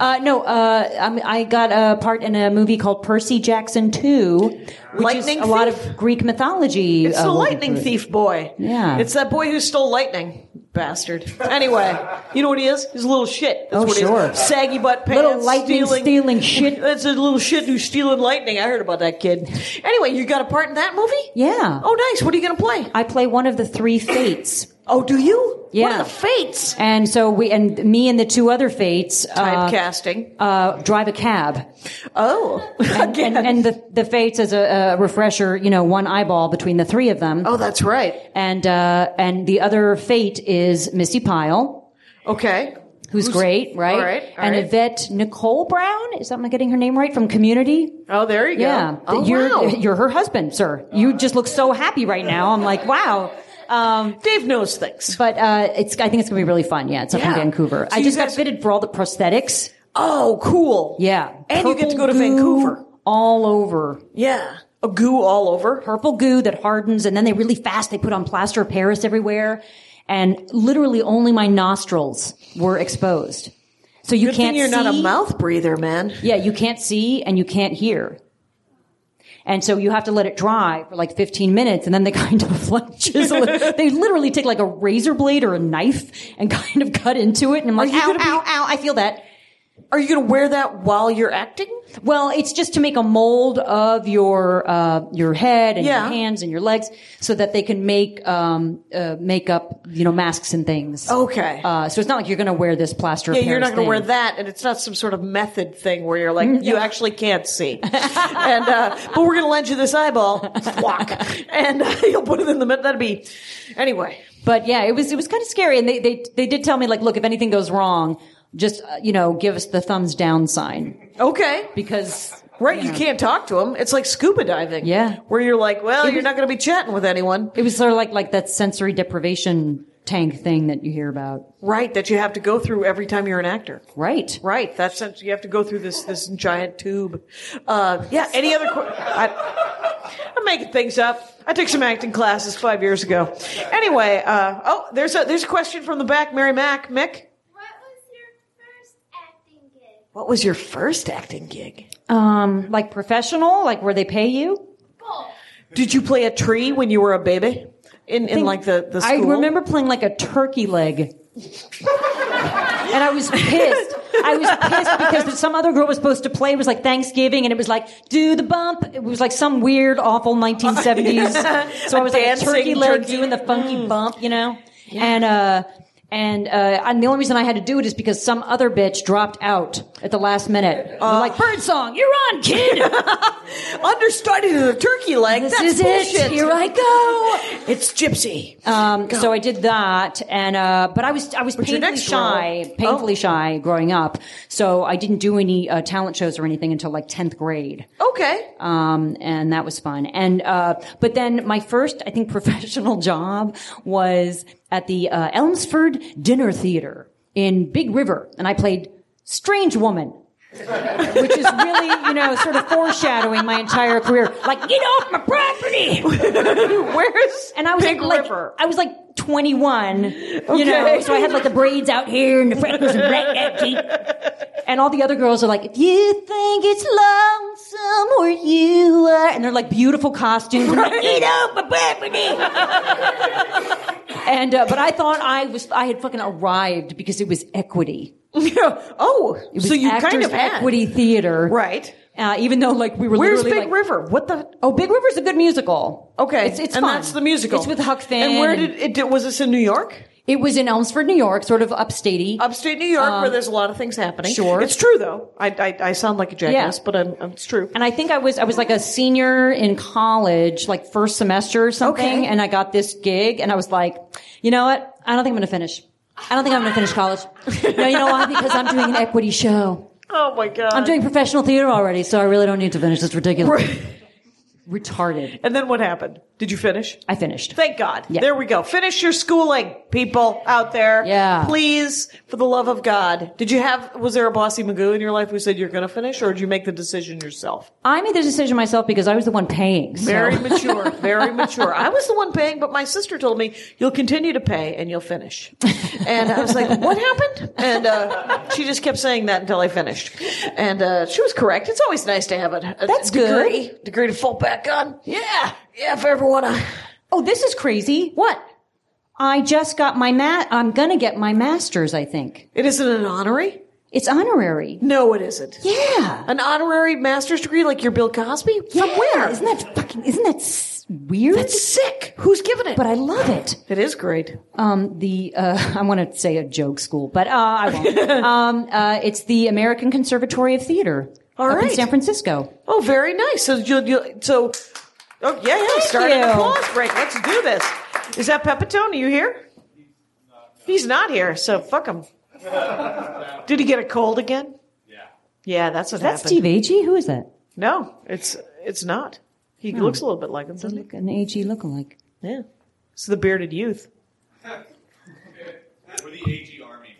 C: Uh, no, uh, I'm, I got a part in a movie called Percy Jackson 2, which
B: Lightning
C: is a lot
B: Thief?
C: of Greek mythology.
B: It's
C: uh,
B: the
C: woven
B: lightning
C: through it.
B: thief boy.
C: Yeah.
B: It's that boy who stole lightning. Bastard. Anyway, you know what he is? He's a little shit. That's
C: Oh,
B: what he
C: sure.
B: is. Saggy butt pants.
C: Little lightning
B: stealing,
C: stealing, shit.
B: That's a little shit who's stealing lightning. I heard about that kid. Anyway, you got a part in that movie?
C: Yeah.
B: Oh, nice. What are you going to play?
C: I play one of the three fates.
B: Oh, do you?
C: Yeah.
B: What are the fates?
C: And so we, and me and the two other fates, uh,
B: Typecasting.
C: uh, drive a cab.
B: oh.
C: And,
B: Again.
C: and, and the, the fates as a, a refresher, you know, one eyeball between the three of them.
B: oh, that's right.
C: And, uh, and the other fate is Missy Pyle.
B: Okay.
C: Who's, great, right?
B: all right, all
C: and
B: right.
C: Yvette Nicole Brown, is that am I getting her name right from Community?
B: Oh, there you go.
C: Yeah,
B: Oh,
C: you're
B: wow.
C: you're her husband, sir. You just look so happy right now. I'm like, wow. Um,
B: Dave knows things.
C: but uh, it's I think it's gonna be really fun. Yeah, it's up in
B: Yeah.
C: Vancouver.
B: So
C: I
B: you
C: just
B: guys-
C: got fitted for all the prosthetics.
B: Oh, cool.
C: Yeah,
B: And you get to
C: Purple
B: go to
C: goo
B: Vancouver.
C: all over
B: Yeah. A goo all over.
C: purple goo that hardens, and then they really fast. They put on plaster of Paris everywhere, and literally only my nostrils were exposed. So you
B: Good
C: can't
B: thing you're not a
C: see-
B: mouth breather, man.
C: Yeah, you can't see and you can't hear. And so you have to let it dry for like 15 minutes and then they kind of like chisel it. They literally take like a razor blade or a knife and kind of cut into it. And I'm like,
B: you
C: ow,
B: gonna be-
C: ow, ow, I feel that.
B: Are you going to wear that while you're acting?
C: Well, it's just to make a mold of your, uh, your head and
B: Yeah.
C: your hands and your legs so that they can make, um, uh, makeup, you know, masks and things.
B: Okay.
C: Uh, so it's not like you're going to wear this plaster
B: Oh. yeah,
C: of Paris
B: you're not going to
C: thing.
B: wear that, and it's not some sort of method thing where you're like, you actually can't see. and uh, but we're going to lend you this eyeball, walk, and uh, you'll put it in the middle. That'd be anyway.
C: But yeah, it was it was kind of scary, and they they they did tell me like, look, if anything goes wrong, just uh, you know, give us the thumbs down sign
B: Okay,
C: because
B: right? You can't talk to them. It's like scuba diving.
C: Yeah.
B: where you're like, well, you're
C: was-
B: not going to be chatting with anyone,
C: it was sort of like like that sensory deprivation tank thing that you hear about,
B: right? That you have to go through every time you're an actor.
C: right?
B: Right. That's you have to go through this this giant tube. Uh, yeah. Any other? que- I, I'm making things up. I took some acting classes five years ago. Anyway, uh, oh, there's a there's a question from the back, Mary Mack, Mick.
D: What was your first acting gig?
B: What was your first acting gig?
C: Um, like professional, like where they pay you.
D: Both.
B: Did you play a tree when you were a baby? In in like the the
C: I
B: school?
C: remember playing like a turkey leg. and I was pissed. I was pissed because some other girl was supposed to play. It was like Thanksgiving, and it was like do the bump. It was like some weird, awful 1970s. So I was like a
B: Dancing
C: turkey leg
B: turkey. Mm.
C: doing the funky bump, you know. And uh, and uh, and the only reason I had to do it is because some other bitch dropped out at the last minute.
B: Uh,
C: They're like bird song, you're on, kid.
B: understudy to the turkey leg.
C: this
B: That's
C: is
B: bullshit.
C: it. Here I go.
B: It's Gypsy.
C: Um, so I did that, and uh, but I was I was
B: your
C: painfully
B: next
C: shy,
B: role-
C: painfully
B: Oh.
C: shy growing up. So I didn't do any uh, talent shows or anything until like tenth grade,
B: okay.
C: um, and that was fun. And uh, but then my first, I think, professional job was at the uh, Elmsford Dinner Theater in Big River, and I played Strange Woman. Which is really, you know, sort of foreshadowing my entire career. Like, get off my property!
B: Where's
C: And I was
B: Big
C: like,
B: River?
C: I was like 21, you know,
B: Okay.
C: so I had like the braids out here and the freckles and black cat teeth. And all the other girls are like, if you think it's lonesome where you are, and they're like beautiful costumes, and I'm like, eat up my property. and uh, but I thought I was, I had fucking arrived because it was equity.
B: oh,
C: It was
B: so you
C: actors
B: kind of had.
C: equity theater,
B: right?
C: Uh, even though like we were
B: Where's Big
C: literally, like-
B: River? What the?
C: Oh, Big River's a good musical.
B: Okay,
C: it's it's
B: and
C: fun.
B: that's the musical.
C: It's with Huck Finn.
B: And where did it? did- Was this in New York?
C: It was in Elmsford, New York, sort of upstatey.
B: Upstate New York, where there's a lot of things happening.
C: Um, sure.
B: It's true, though. I, I, I sound like a jackass, but I'm, I'm, it's true.
C: and I think I was I was like a senior in college, like first semester or something,
B: Okay.
C: and I got this gig, and I was like, you know what? I don't think I'm going to finish. I don't think I'm going to finish college. no, you know why? Because I'm doing an equity show.
B: Oh, my God.
C: I'm doing professional theater already, so I really don't need to finish. It's ridiculous. Retarded.
B: and then what happened? Did you finish?
C: I finished.
B: Thank God.
C: Yeah.
B: There we go. Finish your schooling, people out there.
C: Yeah.
B: Please, for the love of God. Did you have, was there a bossy Magoo in your life who said you're going to finish or did you make the decision yourself?
C: I made the decision myself because I was the one paying. so-
B: Very mature. Very mature. I was the one paying, but my sister told me, you'll continue to pay and you'll finish. And I was like, what happened? And, uh, she just kept saying that until I finished. And, uh, she was correct. It's always nice to have a, a
C: That's good.
B: degree, degree to fall back on. Yeah. Yeah. If I ever want to.
C: Oh, this is crazy. What? I just got my mat. I'm gonna get my master's. I think
B: It isn't an honorary.
C: it's honorary.
B: No, it isn't.
C: Yeah.
B: An honorary master's degree like you're Bill Cosby? From
C: Yeah,
B: where?
C: Isn't that fucking? Isn't that s- weird?
B: That's sick. Who's giving it?
C: but I love it.
B: it is great.
C: Um, the uh, I want to say a joke school, but uh, I won't. um, uh, it's the American Conservatory of Theater.
B: All
C: up in
B: right.
C: San Francisco.
B: Oh, very nice. So you, you so oh yeah, yeah. Start an
C: you.
B: applause break. Let's do this. Is that Pepitone? Are you here? He's not here, so fuck him. Did he get a cold again? Yeah, that's what
C: That's
B: happened.
C: Steve Agee. Who is that?
B: No, it's it's not. He looks a little bit like him, doesn't he?
C: Look, an Agee lookalike.
B: Yeah. It's the bearded youth.
E: We're the AG Army.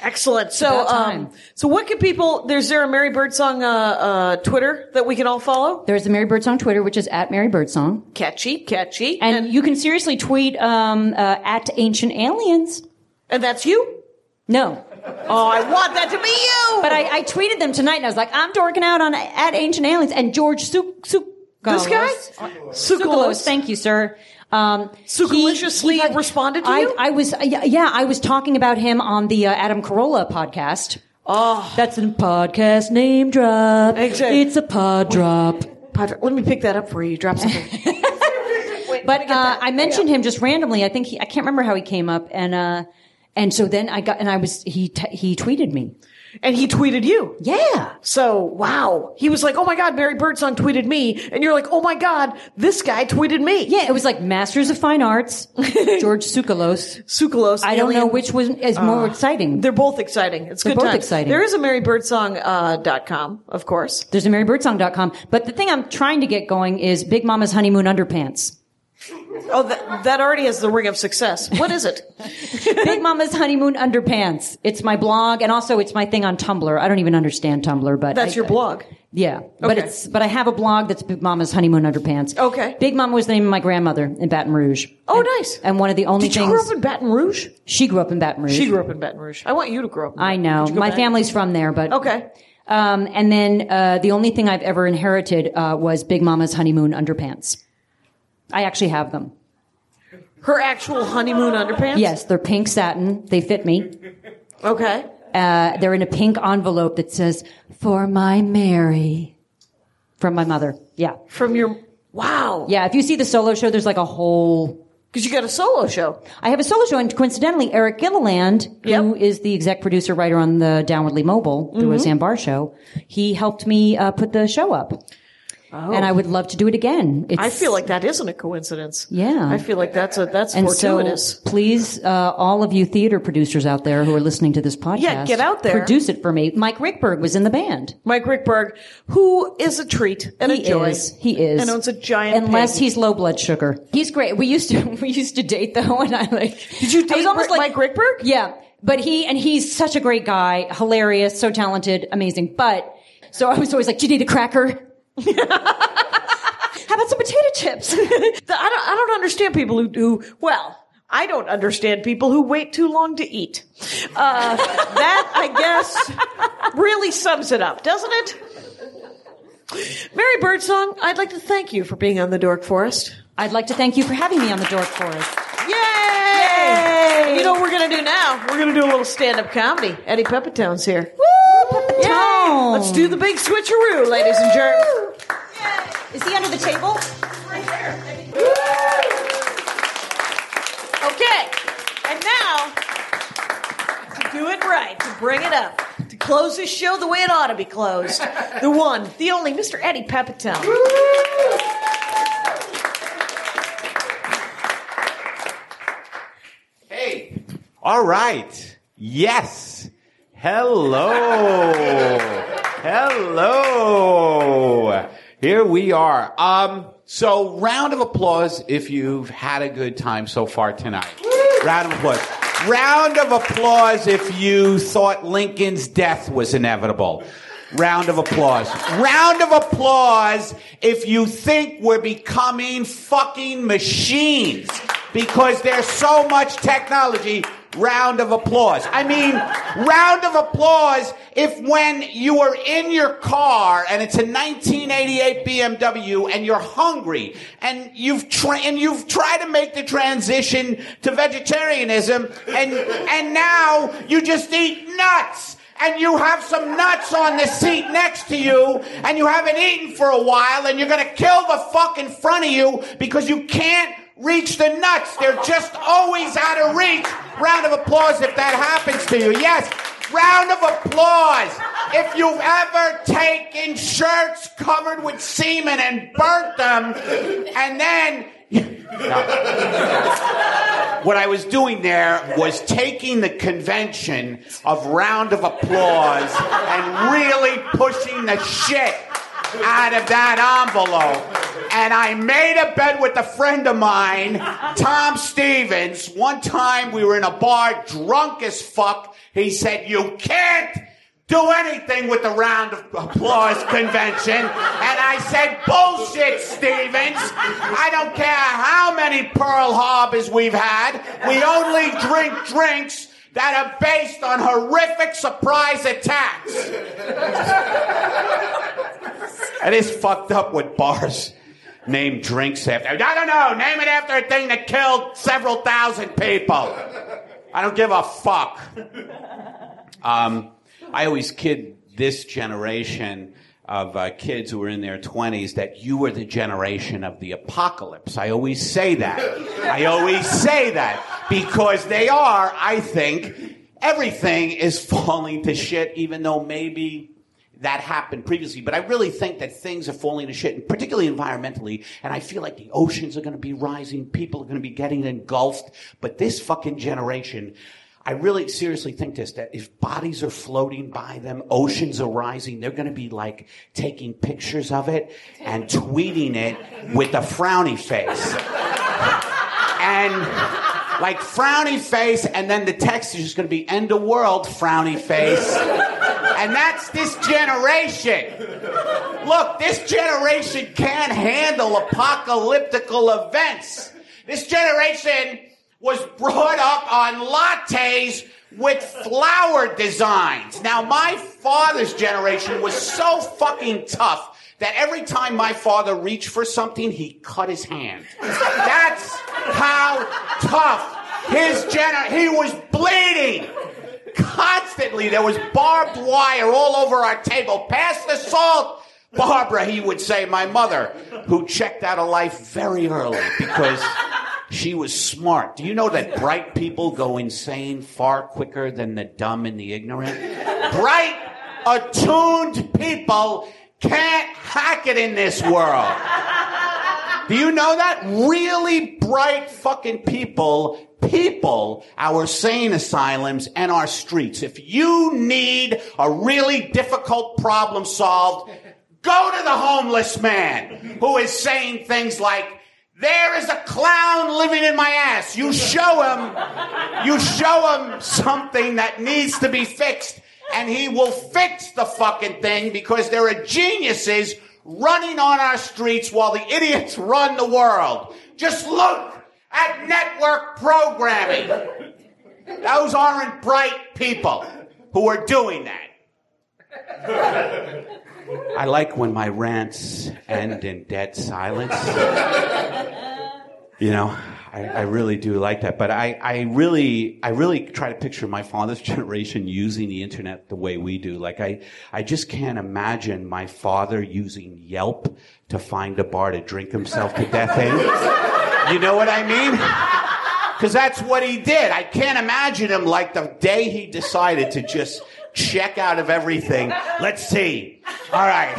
B: Excellent. So,
C: About time.
B: um, so what can people? There's there a Mary Birdsong uh, uh, Twitter that we can all follow?
C: There's the Mary Birdsong Twitter, which is at Mary Birdsong.
B: Catchy, catchy,
C: And,
B: and and,
C: you can seriously tweet um, uh, at Ancient Aliens.
B: that's you.
C: No,
B: Oh, I want that to be you.
C: but I, I tweeted them tonight, and I was like, I'm dorking out on at Ancient Aliens and George Suk Suk.
B: this guy,
C: Sukalos,
B: Sukalos.
C: thank you, sir. Um,
B: Sukaliciously responded to
C: I,
B: you?
C: I was, uh, yeah, yeah, I was talking about him on the uh, Adam Carolla podcast.
B: Oh.
C: that's a podcast name drop.
B: Exactly.
C: It's a pod drop.
B: Padre, let me pick that up for you. Drop something.
C: But uh, I mentioned him just randomly. I think he, I can't remember how he came up, and uh, and so then I got, and I was he t- he tweeted me.
B: and he tweeted you.
C: Yeah,
B: So wow, he was like, "Oh my God, Mary Birdsong tweeted me," and you're like, "Oh my God, this guy tweeted me."
C: yeah, it was like Masters of Fine Arts, George Sukalos.
B: Sukalos.
C: I don't know
B: alien- Ah.
C: which was is more exciting.
B: They're both exciting. It's
C: They're
B: good
C: both
B: times.
C: exciting.
B: There is a MaryBirdsong.com, uh, dot com, of course.
C: There's a MaryBirdsong.com. But the thing I'm trying to get going is Big Mama's Honeymoon Underpants.
B: Oh, that, that already has the ring of success. What is it?
C: Big Mama's Honeymoon Underpants. It's my blog and also it's my thing on Tumblr. I don't even understand Tumblr, but
B: That's
C: I-
B: your blog.
C: Yeah. But
B: Okay.
C: it's but I have a blog that's Big Mama's Honeymoon Underpants.
B: Okay.
C: Big Mama was the name of my grandmother in Baton Rouge.
B: Oh,
C: And-
B: nice.
C: And one of the only
B: Did you
C: things
B: grow up in Baton Rouge?
C: she grew up in Baton Rouge.
B: She grew up in Baton Rouge. I want you to grow up. in
C: I
B: Baton
C: know.
B: Rouge. Did you go
C: My
B: back?
C: family's from there, but
B: Okay.
C: Um, and then uh, the only thing I've ever inherited uh, was Big Mama's Honeymoon Underpants. I actually have them.
B: Her actual honeymoon underpants.
C: Yes, they're pink satin. They fit me.
B: Okay.
C: Uh, they're in a pink envelope that says "For my Mary," from my mother. Yeah,
B: From your wow.
C: yeah. If you see the solo show, there's like a whole.
B: Because you got a solo show.
C: I have a solo show, and coincidentally, Eric Gilliland, who
B: Yep.
C: is the exec producer writer on the Downwardly Mobile, the Roseanne
B: Mm-hmm.
C: Barr show, he helped me uh, put the show up, and I would love to do it again. It's,
B: Oh. I feel like that isn't a coincidence.
C: Yeah.
B: I feel like that's a that's
C: and so
B: fortuitous.
C: please, uh, all of you theater producers out there who are listening to this podcast,
B: get out there.
C: produce it for me. Mike Rickberg was in the band.
B: Mike Rickberg, who is a treat and
C: He
B: a joy.
C: is. He is.
B: And owns a giant
C: Unless
B: pig.
C: he's low blood sugar. He's great. We used to we used to date though, and I like. Did
B: you date Br- Mike Rickberg?
C: Yeah, but he and he's such a great guy, hilarious, so talented, amazing. But so I was always like, "Do you need a cracker? How about some potato chips?"
B: The- I don't, I don't understand people who do, well, I don't understand people who wait too long to eat. Uh, that, I guess, really sums it up, doesn't it? Mary Birdsong, I'd like to thank you for being on the Dork Forest.
C: I'd like to thank you for having me on the Dork Forest.
B: Yay! You know what we're going to do now? We're going to do a little stand-up comedy. Eddie Pepitone's here. Woo!
C: Pepitone!
B: Let's do the big switcheroo, ladies and germs.
C: Is he under the table?
B: Okay, right, to bring it up, to close this show the way it ought to be closed, the one, the only, Mr. Eddie Pepitone.
E: Hey. All right. Yes. Hello. Hello. Here we are. Um, so round of applause if you've had a good time so far tonight. Round of applause. Round of applause if you thought Lincoln's death was inevitable. Round of applause. Round of applause if you think we're becoming fucking machines because there's so much technology. Round of applause. I mean, round of applause if when you are in your car and it's a 1988 BMW and you're hungry and you've tra- and you've tried to make the transition to vegetarianism and and now you just eat nuts and you have some nuts on the seat next to you, and you haven't eaten for a while, and you're gonna kill the fuck in front of you because you can't reach the nuts. They're just always out of reach. Round of applause if that happens to you. Yes. Round of applause if you've ever taken shirts covered with semen and burnt them, and then what I was doing there was taking the convention of round of applause and really pushing the shit out of that envelope. And I made a bet with a friend of mine, Tom Stevens. One time we were in a bar, drunk as fuck. He said, You can't do anything with the round of applause convention. And I said, bullshit, Stevens. I don't care how many Pearl Harbors we've had. We only drink drinks that are based on horrific surprise attacks. and it's fucked up with bars. Name drinks after. I don't know. Name it after a thing that killed several thousand people. I don't give a fuck. Um, I always kid this generation of uh, kids who are in their 20s that you were the generation of the apocalypse. I always say that. I always say that because they are, I think, everything is falling to shit, even though maybe that happened previously, but I really think that things are falling to shit, and particularly environmentally. And I feel like the oceans are going to be rising, people are going to be getting engulfed. But this fucking generation, I really seriously think this that if bodies are floating by them, oceans are rising, they're going to be like taking pictures of it and tweeting it with a frowny face. and. Like frowny face, and then the text is just gonna be end of world frowny face. And that's this generation. Look, this generation can't handle apocalyptical events. This generation was brought up on lattes with flower designs. Now, my father's generation was so fucking tough that every time my father reached for something, he cut his hand. That's how tough his gener- he was bleeding constantly. There was barbed wire all over our table. Pass the salt, Barbara, he would say, my mother, who checked out of life very early because she was smart. Do you know that bright people go insane far quicker than the dumb and the ignorant? Bright, attuned people can't hack it in this world. Do you know that? Really bright fucking people people our sane asylums and our streets. If you need a really difficult problem solved, go to the homeless man who is saying things like, there is a clown living in my ass. You show him, you show him something that needs to be fixed and he will fix the fucking thing because there are geniuses running on our streets while the idiots run the world. Just look at network programming. Those aren't bright people who are doing that. I like when my rants end in dead silence. You know, I, I really do like that. But I, I really I really try to picture my father's generation using the internet the way we do. Like I, I just can't imagine my father using Yelp eh? to find a bar to drink himself to death in. You know what I mean?
F: Because that's what he did. I can't imagine him like the day he decided to just check out of everything. Let's see. All right.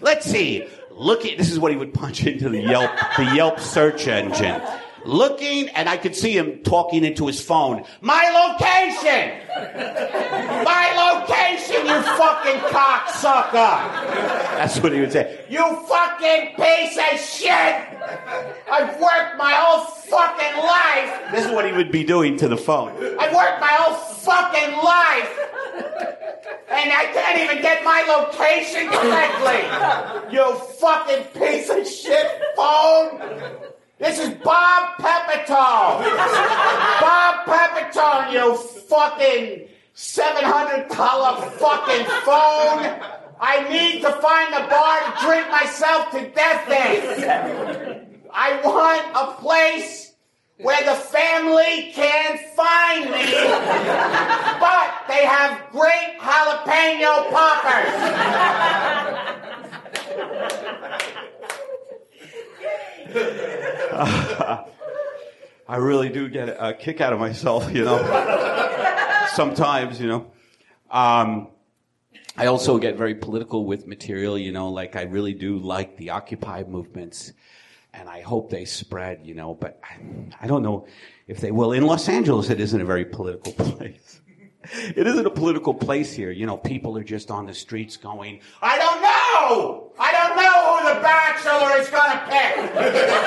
F: Let's see. Look at this is what he would punch into the Yelp, the Yelp search engine. Looking, and I could see him talking into his phone. My location! My location, you fucking cocksucker! That's what he would say. You fucking piece of shit! I've worked my whole fucking life. This is what he would be doing to the phone. I've worked my whole fucking life. And I can't even get my location correctly. You fucking piece of shit phone. This is Bob Pepitone. Bob Pepitone, you fucking $700 fucking phone. I need to find a bar to drink myself to death in. I want a place where the family can find me, but they have great jalapeno poppers.
E: I really do get a kick out of myself, you know. Sometimes, you know. Um, I also get very political with material, you know, like I really do like the Occupy movements and I hope they spread, you know, but I, I don't know if they will. In Los Angeles, it isn't a very political place. It isn't a political place here. You know, people are just on the streets going,
F: I don't know. I don't know who the bachelor is gonna pick.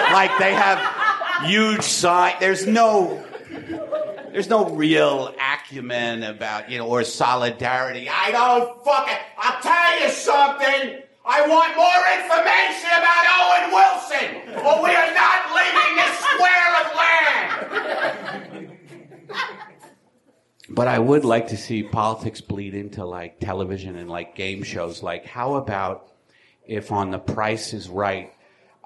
E: like they have huge sign. There's no, there's no real acumen about you know or solidarity. I
F: I don't fucking. I'll tell you something. I want more information about Owen Wilson, or we are not leaving this square of land.
E: But I would like to see politics bleed into like television and like game shows. Like, how about if on The Price is Right,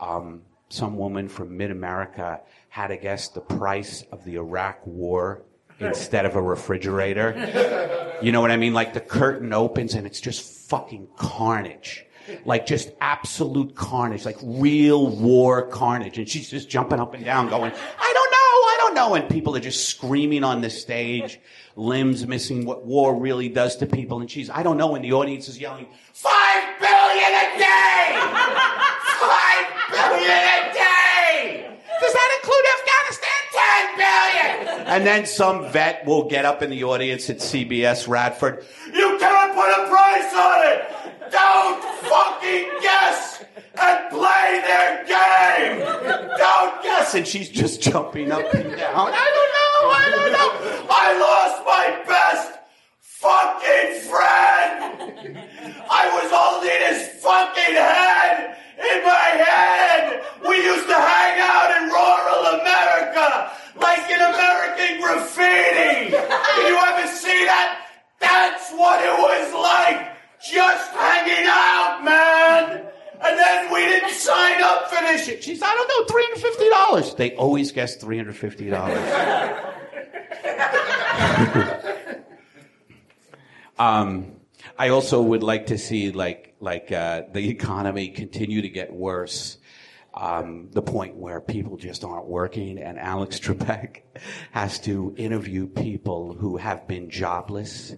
E: um, some woman from mid America had to guess the price of the Iraq war instead of a refrigerator? You know what I mean? Like, the curtain opens and it's just fucking carnage. Like, just absolute carnage, like real war carnage. And she's just jumping up and down going, I don't know. Oh, I don't know. And people are just screaming on the stage, limbs missing, what war really does to people. And she's, I don't know. And the audience is yelling,
F: Five billion a day. Five billion a day. Does that include Afghanistan? Ten billion.
E: and then some vet will get up in the audience at CBS Radford.
F: You can't put a price on it! Don't fucking guess and play their game! Don't guess!
E: And she's just jumping up and
F: I don't
E: down.
F: know, I don't know! I lost my best fucking friend! I was holding his fucking head in my hand! We used to hang out in rural America like an American graffiti! Did you ever see that? That's what it was like! Just hanging out, man! And then we didn't sign up for this shit. She's, I don't know,
E: $350. They always guess $350. um, I also would like to see like like uh, the economy continue to get worse. Um, the point where people just aren't working, and Alex Trebek has to interview people who have been jobless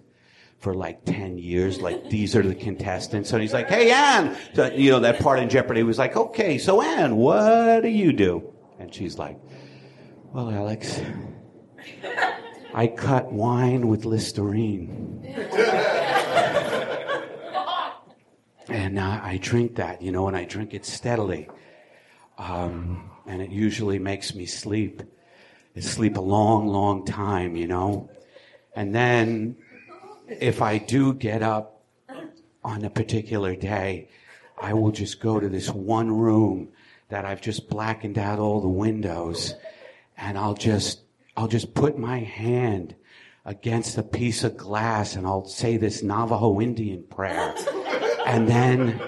E: for like 10 years. Like, these are the contestants. And he's like, hey, Ann. So, you know, that part in Jeopardy was like, okay, so Ann, what do you do? And she's like, well, Alex, I cut wine with Listerine. and uh, I drink that, you know, and I drink it steadily. Um, and it usually makes me sleep. I sleep a long, long time, you know. And then if I do get up on a particular day, I will just go to this one room that I've just blackened out all the windows and I'll just I'll just put my hand against a piece of glass and I'll say this Navajo Indian prayer. And then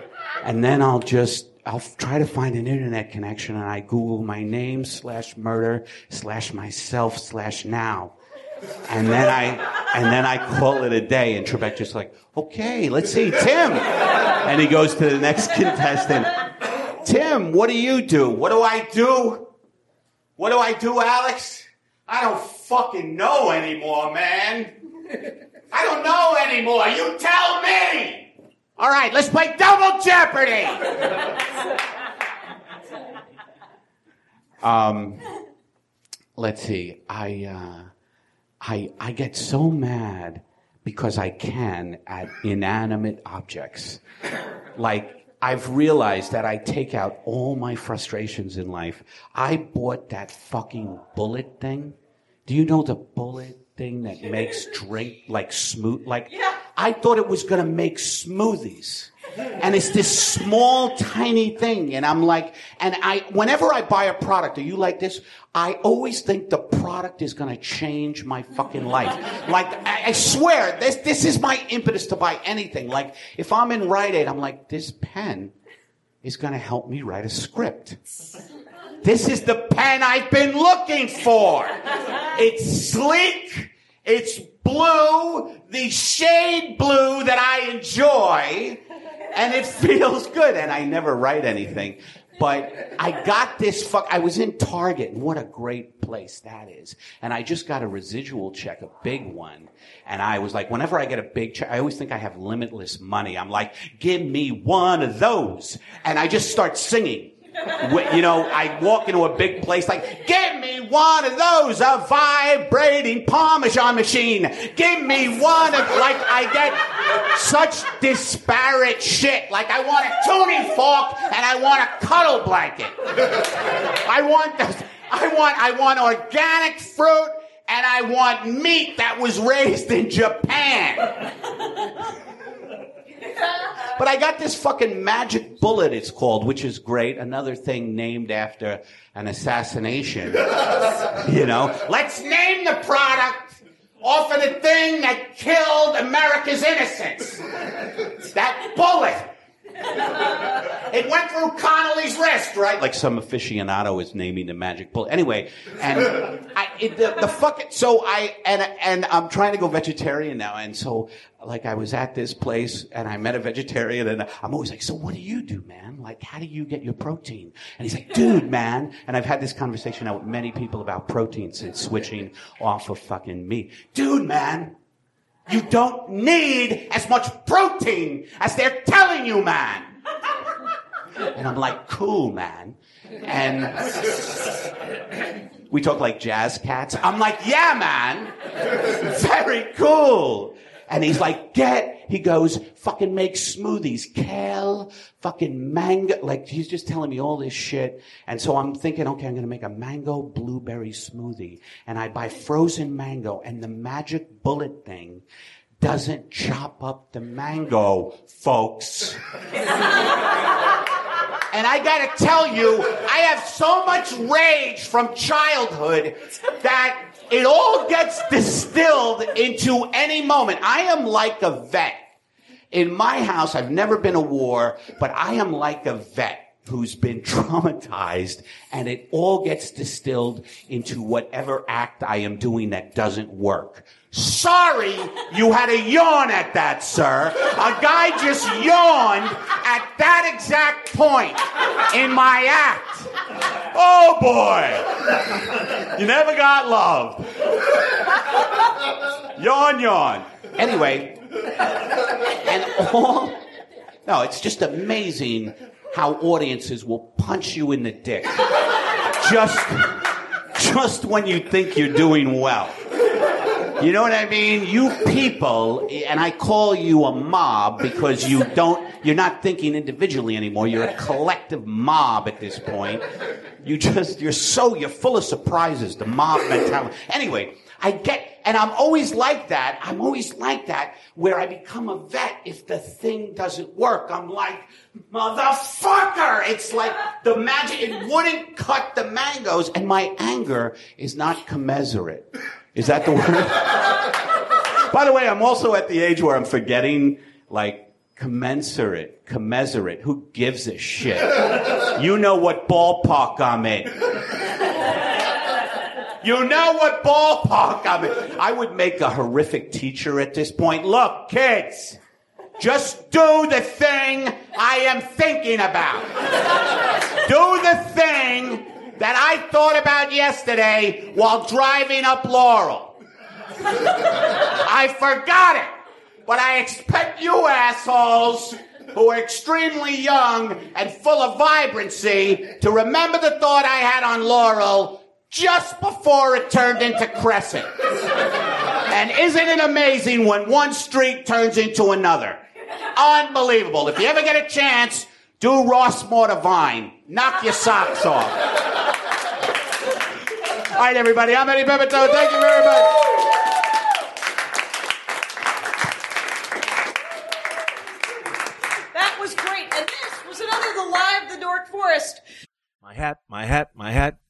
E: and then I'll just I'll f- try to find an internet connection and I Google my name slash murder slash myself slash now. And then I and then I call it a day, and Trebek just like, okay, let's see, Tim. And he goes to the next contestant. Tim, what do you do? What do I do? What do I do, Alex? I don't fucking know anymore, man. I don't know anymore. You tell me. All right, let's play double jeopardy. um,
G: let's see. I, uh, I, I get so mad because I can at inanimate objects. Like, I've realized that I take out all my frustrations in life. I bought that fucking bullet thing. Do you know the bullet thing that makes drink like smooth? Like, I thought it was gonna make smoothies. And it's this small, tiny thing. And I'm like, and I, whenever I buy a product, are you like this? I always think the product is going to change my fucking life. Like, I, I swear, this, this is my impetus to buy anything. Like, if I'm in Rite Aid, I'm like, this pen is going to help me write a script.
E: This is the pen I've been looking for. It's sleek. It's blue, the shade blue that I enjoy, and it feels good. And I never write anything. But I got this fuck. I was in Target, and what a great place that is. And I just got a residual check, a big one. And I was like, whenever I get a big check, I always think I have limitless money. I'm like, give me one of those. And I just start singing. Wh- you know, I walk into a big place like, give me one of those, a vibrating Parmesan machine. Give me one of, like, I get such disparate shit. Like, I want a tuning fork and I want a cuddle blanket. I want those, I want, I want organic fruit and I want meat that was raised in Japan. But I got this fucking magic bullet, it's called, which is great. Another thing named after an assassination. you know? Let's name the product off of the thing that killed America's innocence. that bullet. It went through Connolly's wrist, right?
G: Like some aficionado is naming the magic bullet. Anyway, and I, it, the, the fucking, so I, and, and I'm trying to go vegetarian now. And so, like, I was at this place and I met a vegetarian and I'm always like, so what do you do, man? Like, how do you get your protein? And he's like, dude, man. And I've had this conversation now with many people about protein since switching off of fucking meat.
E: Dude, man, you don't need as much protein as they're telling you, man.
G: And I'm like, cool, man. And we talk like jazz cats. I'm like, yeah, man. Very cool. And he's like, get, he goes, fucking make smoothies, kale, fucking mango. Like, he's just telling me all this shit. And so I'm thinking, okay, I'm going to make a mango blueberry smoothie. And I buy frozen mango and the magic bullet thing doesn't chop up the mango, folks.
E: And I gotta tell you, I have so much rage from childhood that it all gets distilled into any moment. I am like a vet. In my house, I've never been a war, but I am like a vet who's been traumatized and it all gets distilled into whatever act I am doing that doesn't work. Sorry you had a yawn at that, sir. A guy just yawned at that exact point in my act. Oh boy. You never got love. Yawn, yawn. Anyway,
G: and all no it's just amazing how audiences will punch you in the dick just just when you think you're doing well
E: You know what I mean? You people, and I call you a mob because you don't, you're not thinking individually anymore. You're a collective mob at this point. You just, you're so, you're full of surprises, the mob mentality. Anyway, I get, and I'm always like that. I'm always like that where I become a vet if the thing doesn't work. I'm like, motherfucker! It's like the magic, it wouldn't cut the mangoes, and my anger is not commensurate.
G: is that the word by the way i'm also at the age where i'm forgetting like commensurate commensurate who gives a shit
E: You know what ballpark I'm in. You know what ballpark I'm in. I would make a horrific teacher at this point. Look, kids, just do the thing I am thinking about. Do the thing that I thought about yesterday while driving up Laurel. I forgot it. But I expect you assholes who are extremely young and full of vibrancy to remember the thought I had on Laurel just before it turned into Crescent. And isn't it amazing when one street turns into another? Unbelievable. If you ever get a chance, do Ross Moore Devine. Knock your socks off. All right, everybody. I'm Eddie Bibito. Thank you very much.
B: That was great. And this was another The Live the Dork Forest.
H: My hat, my hat, my hat.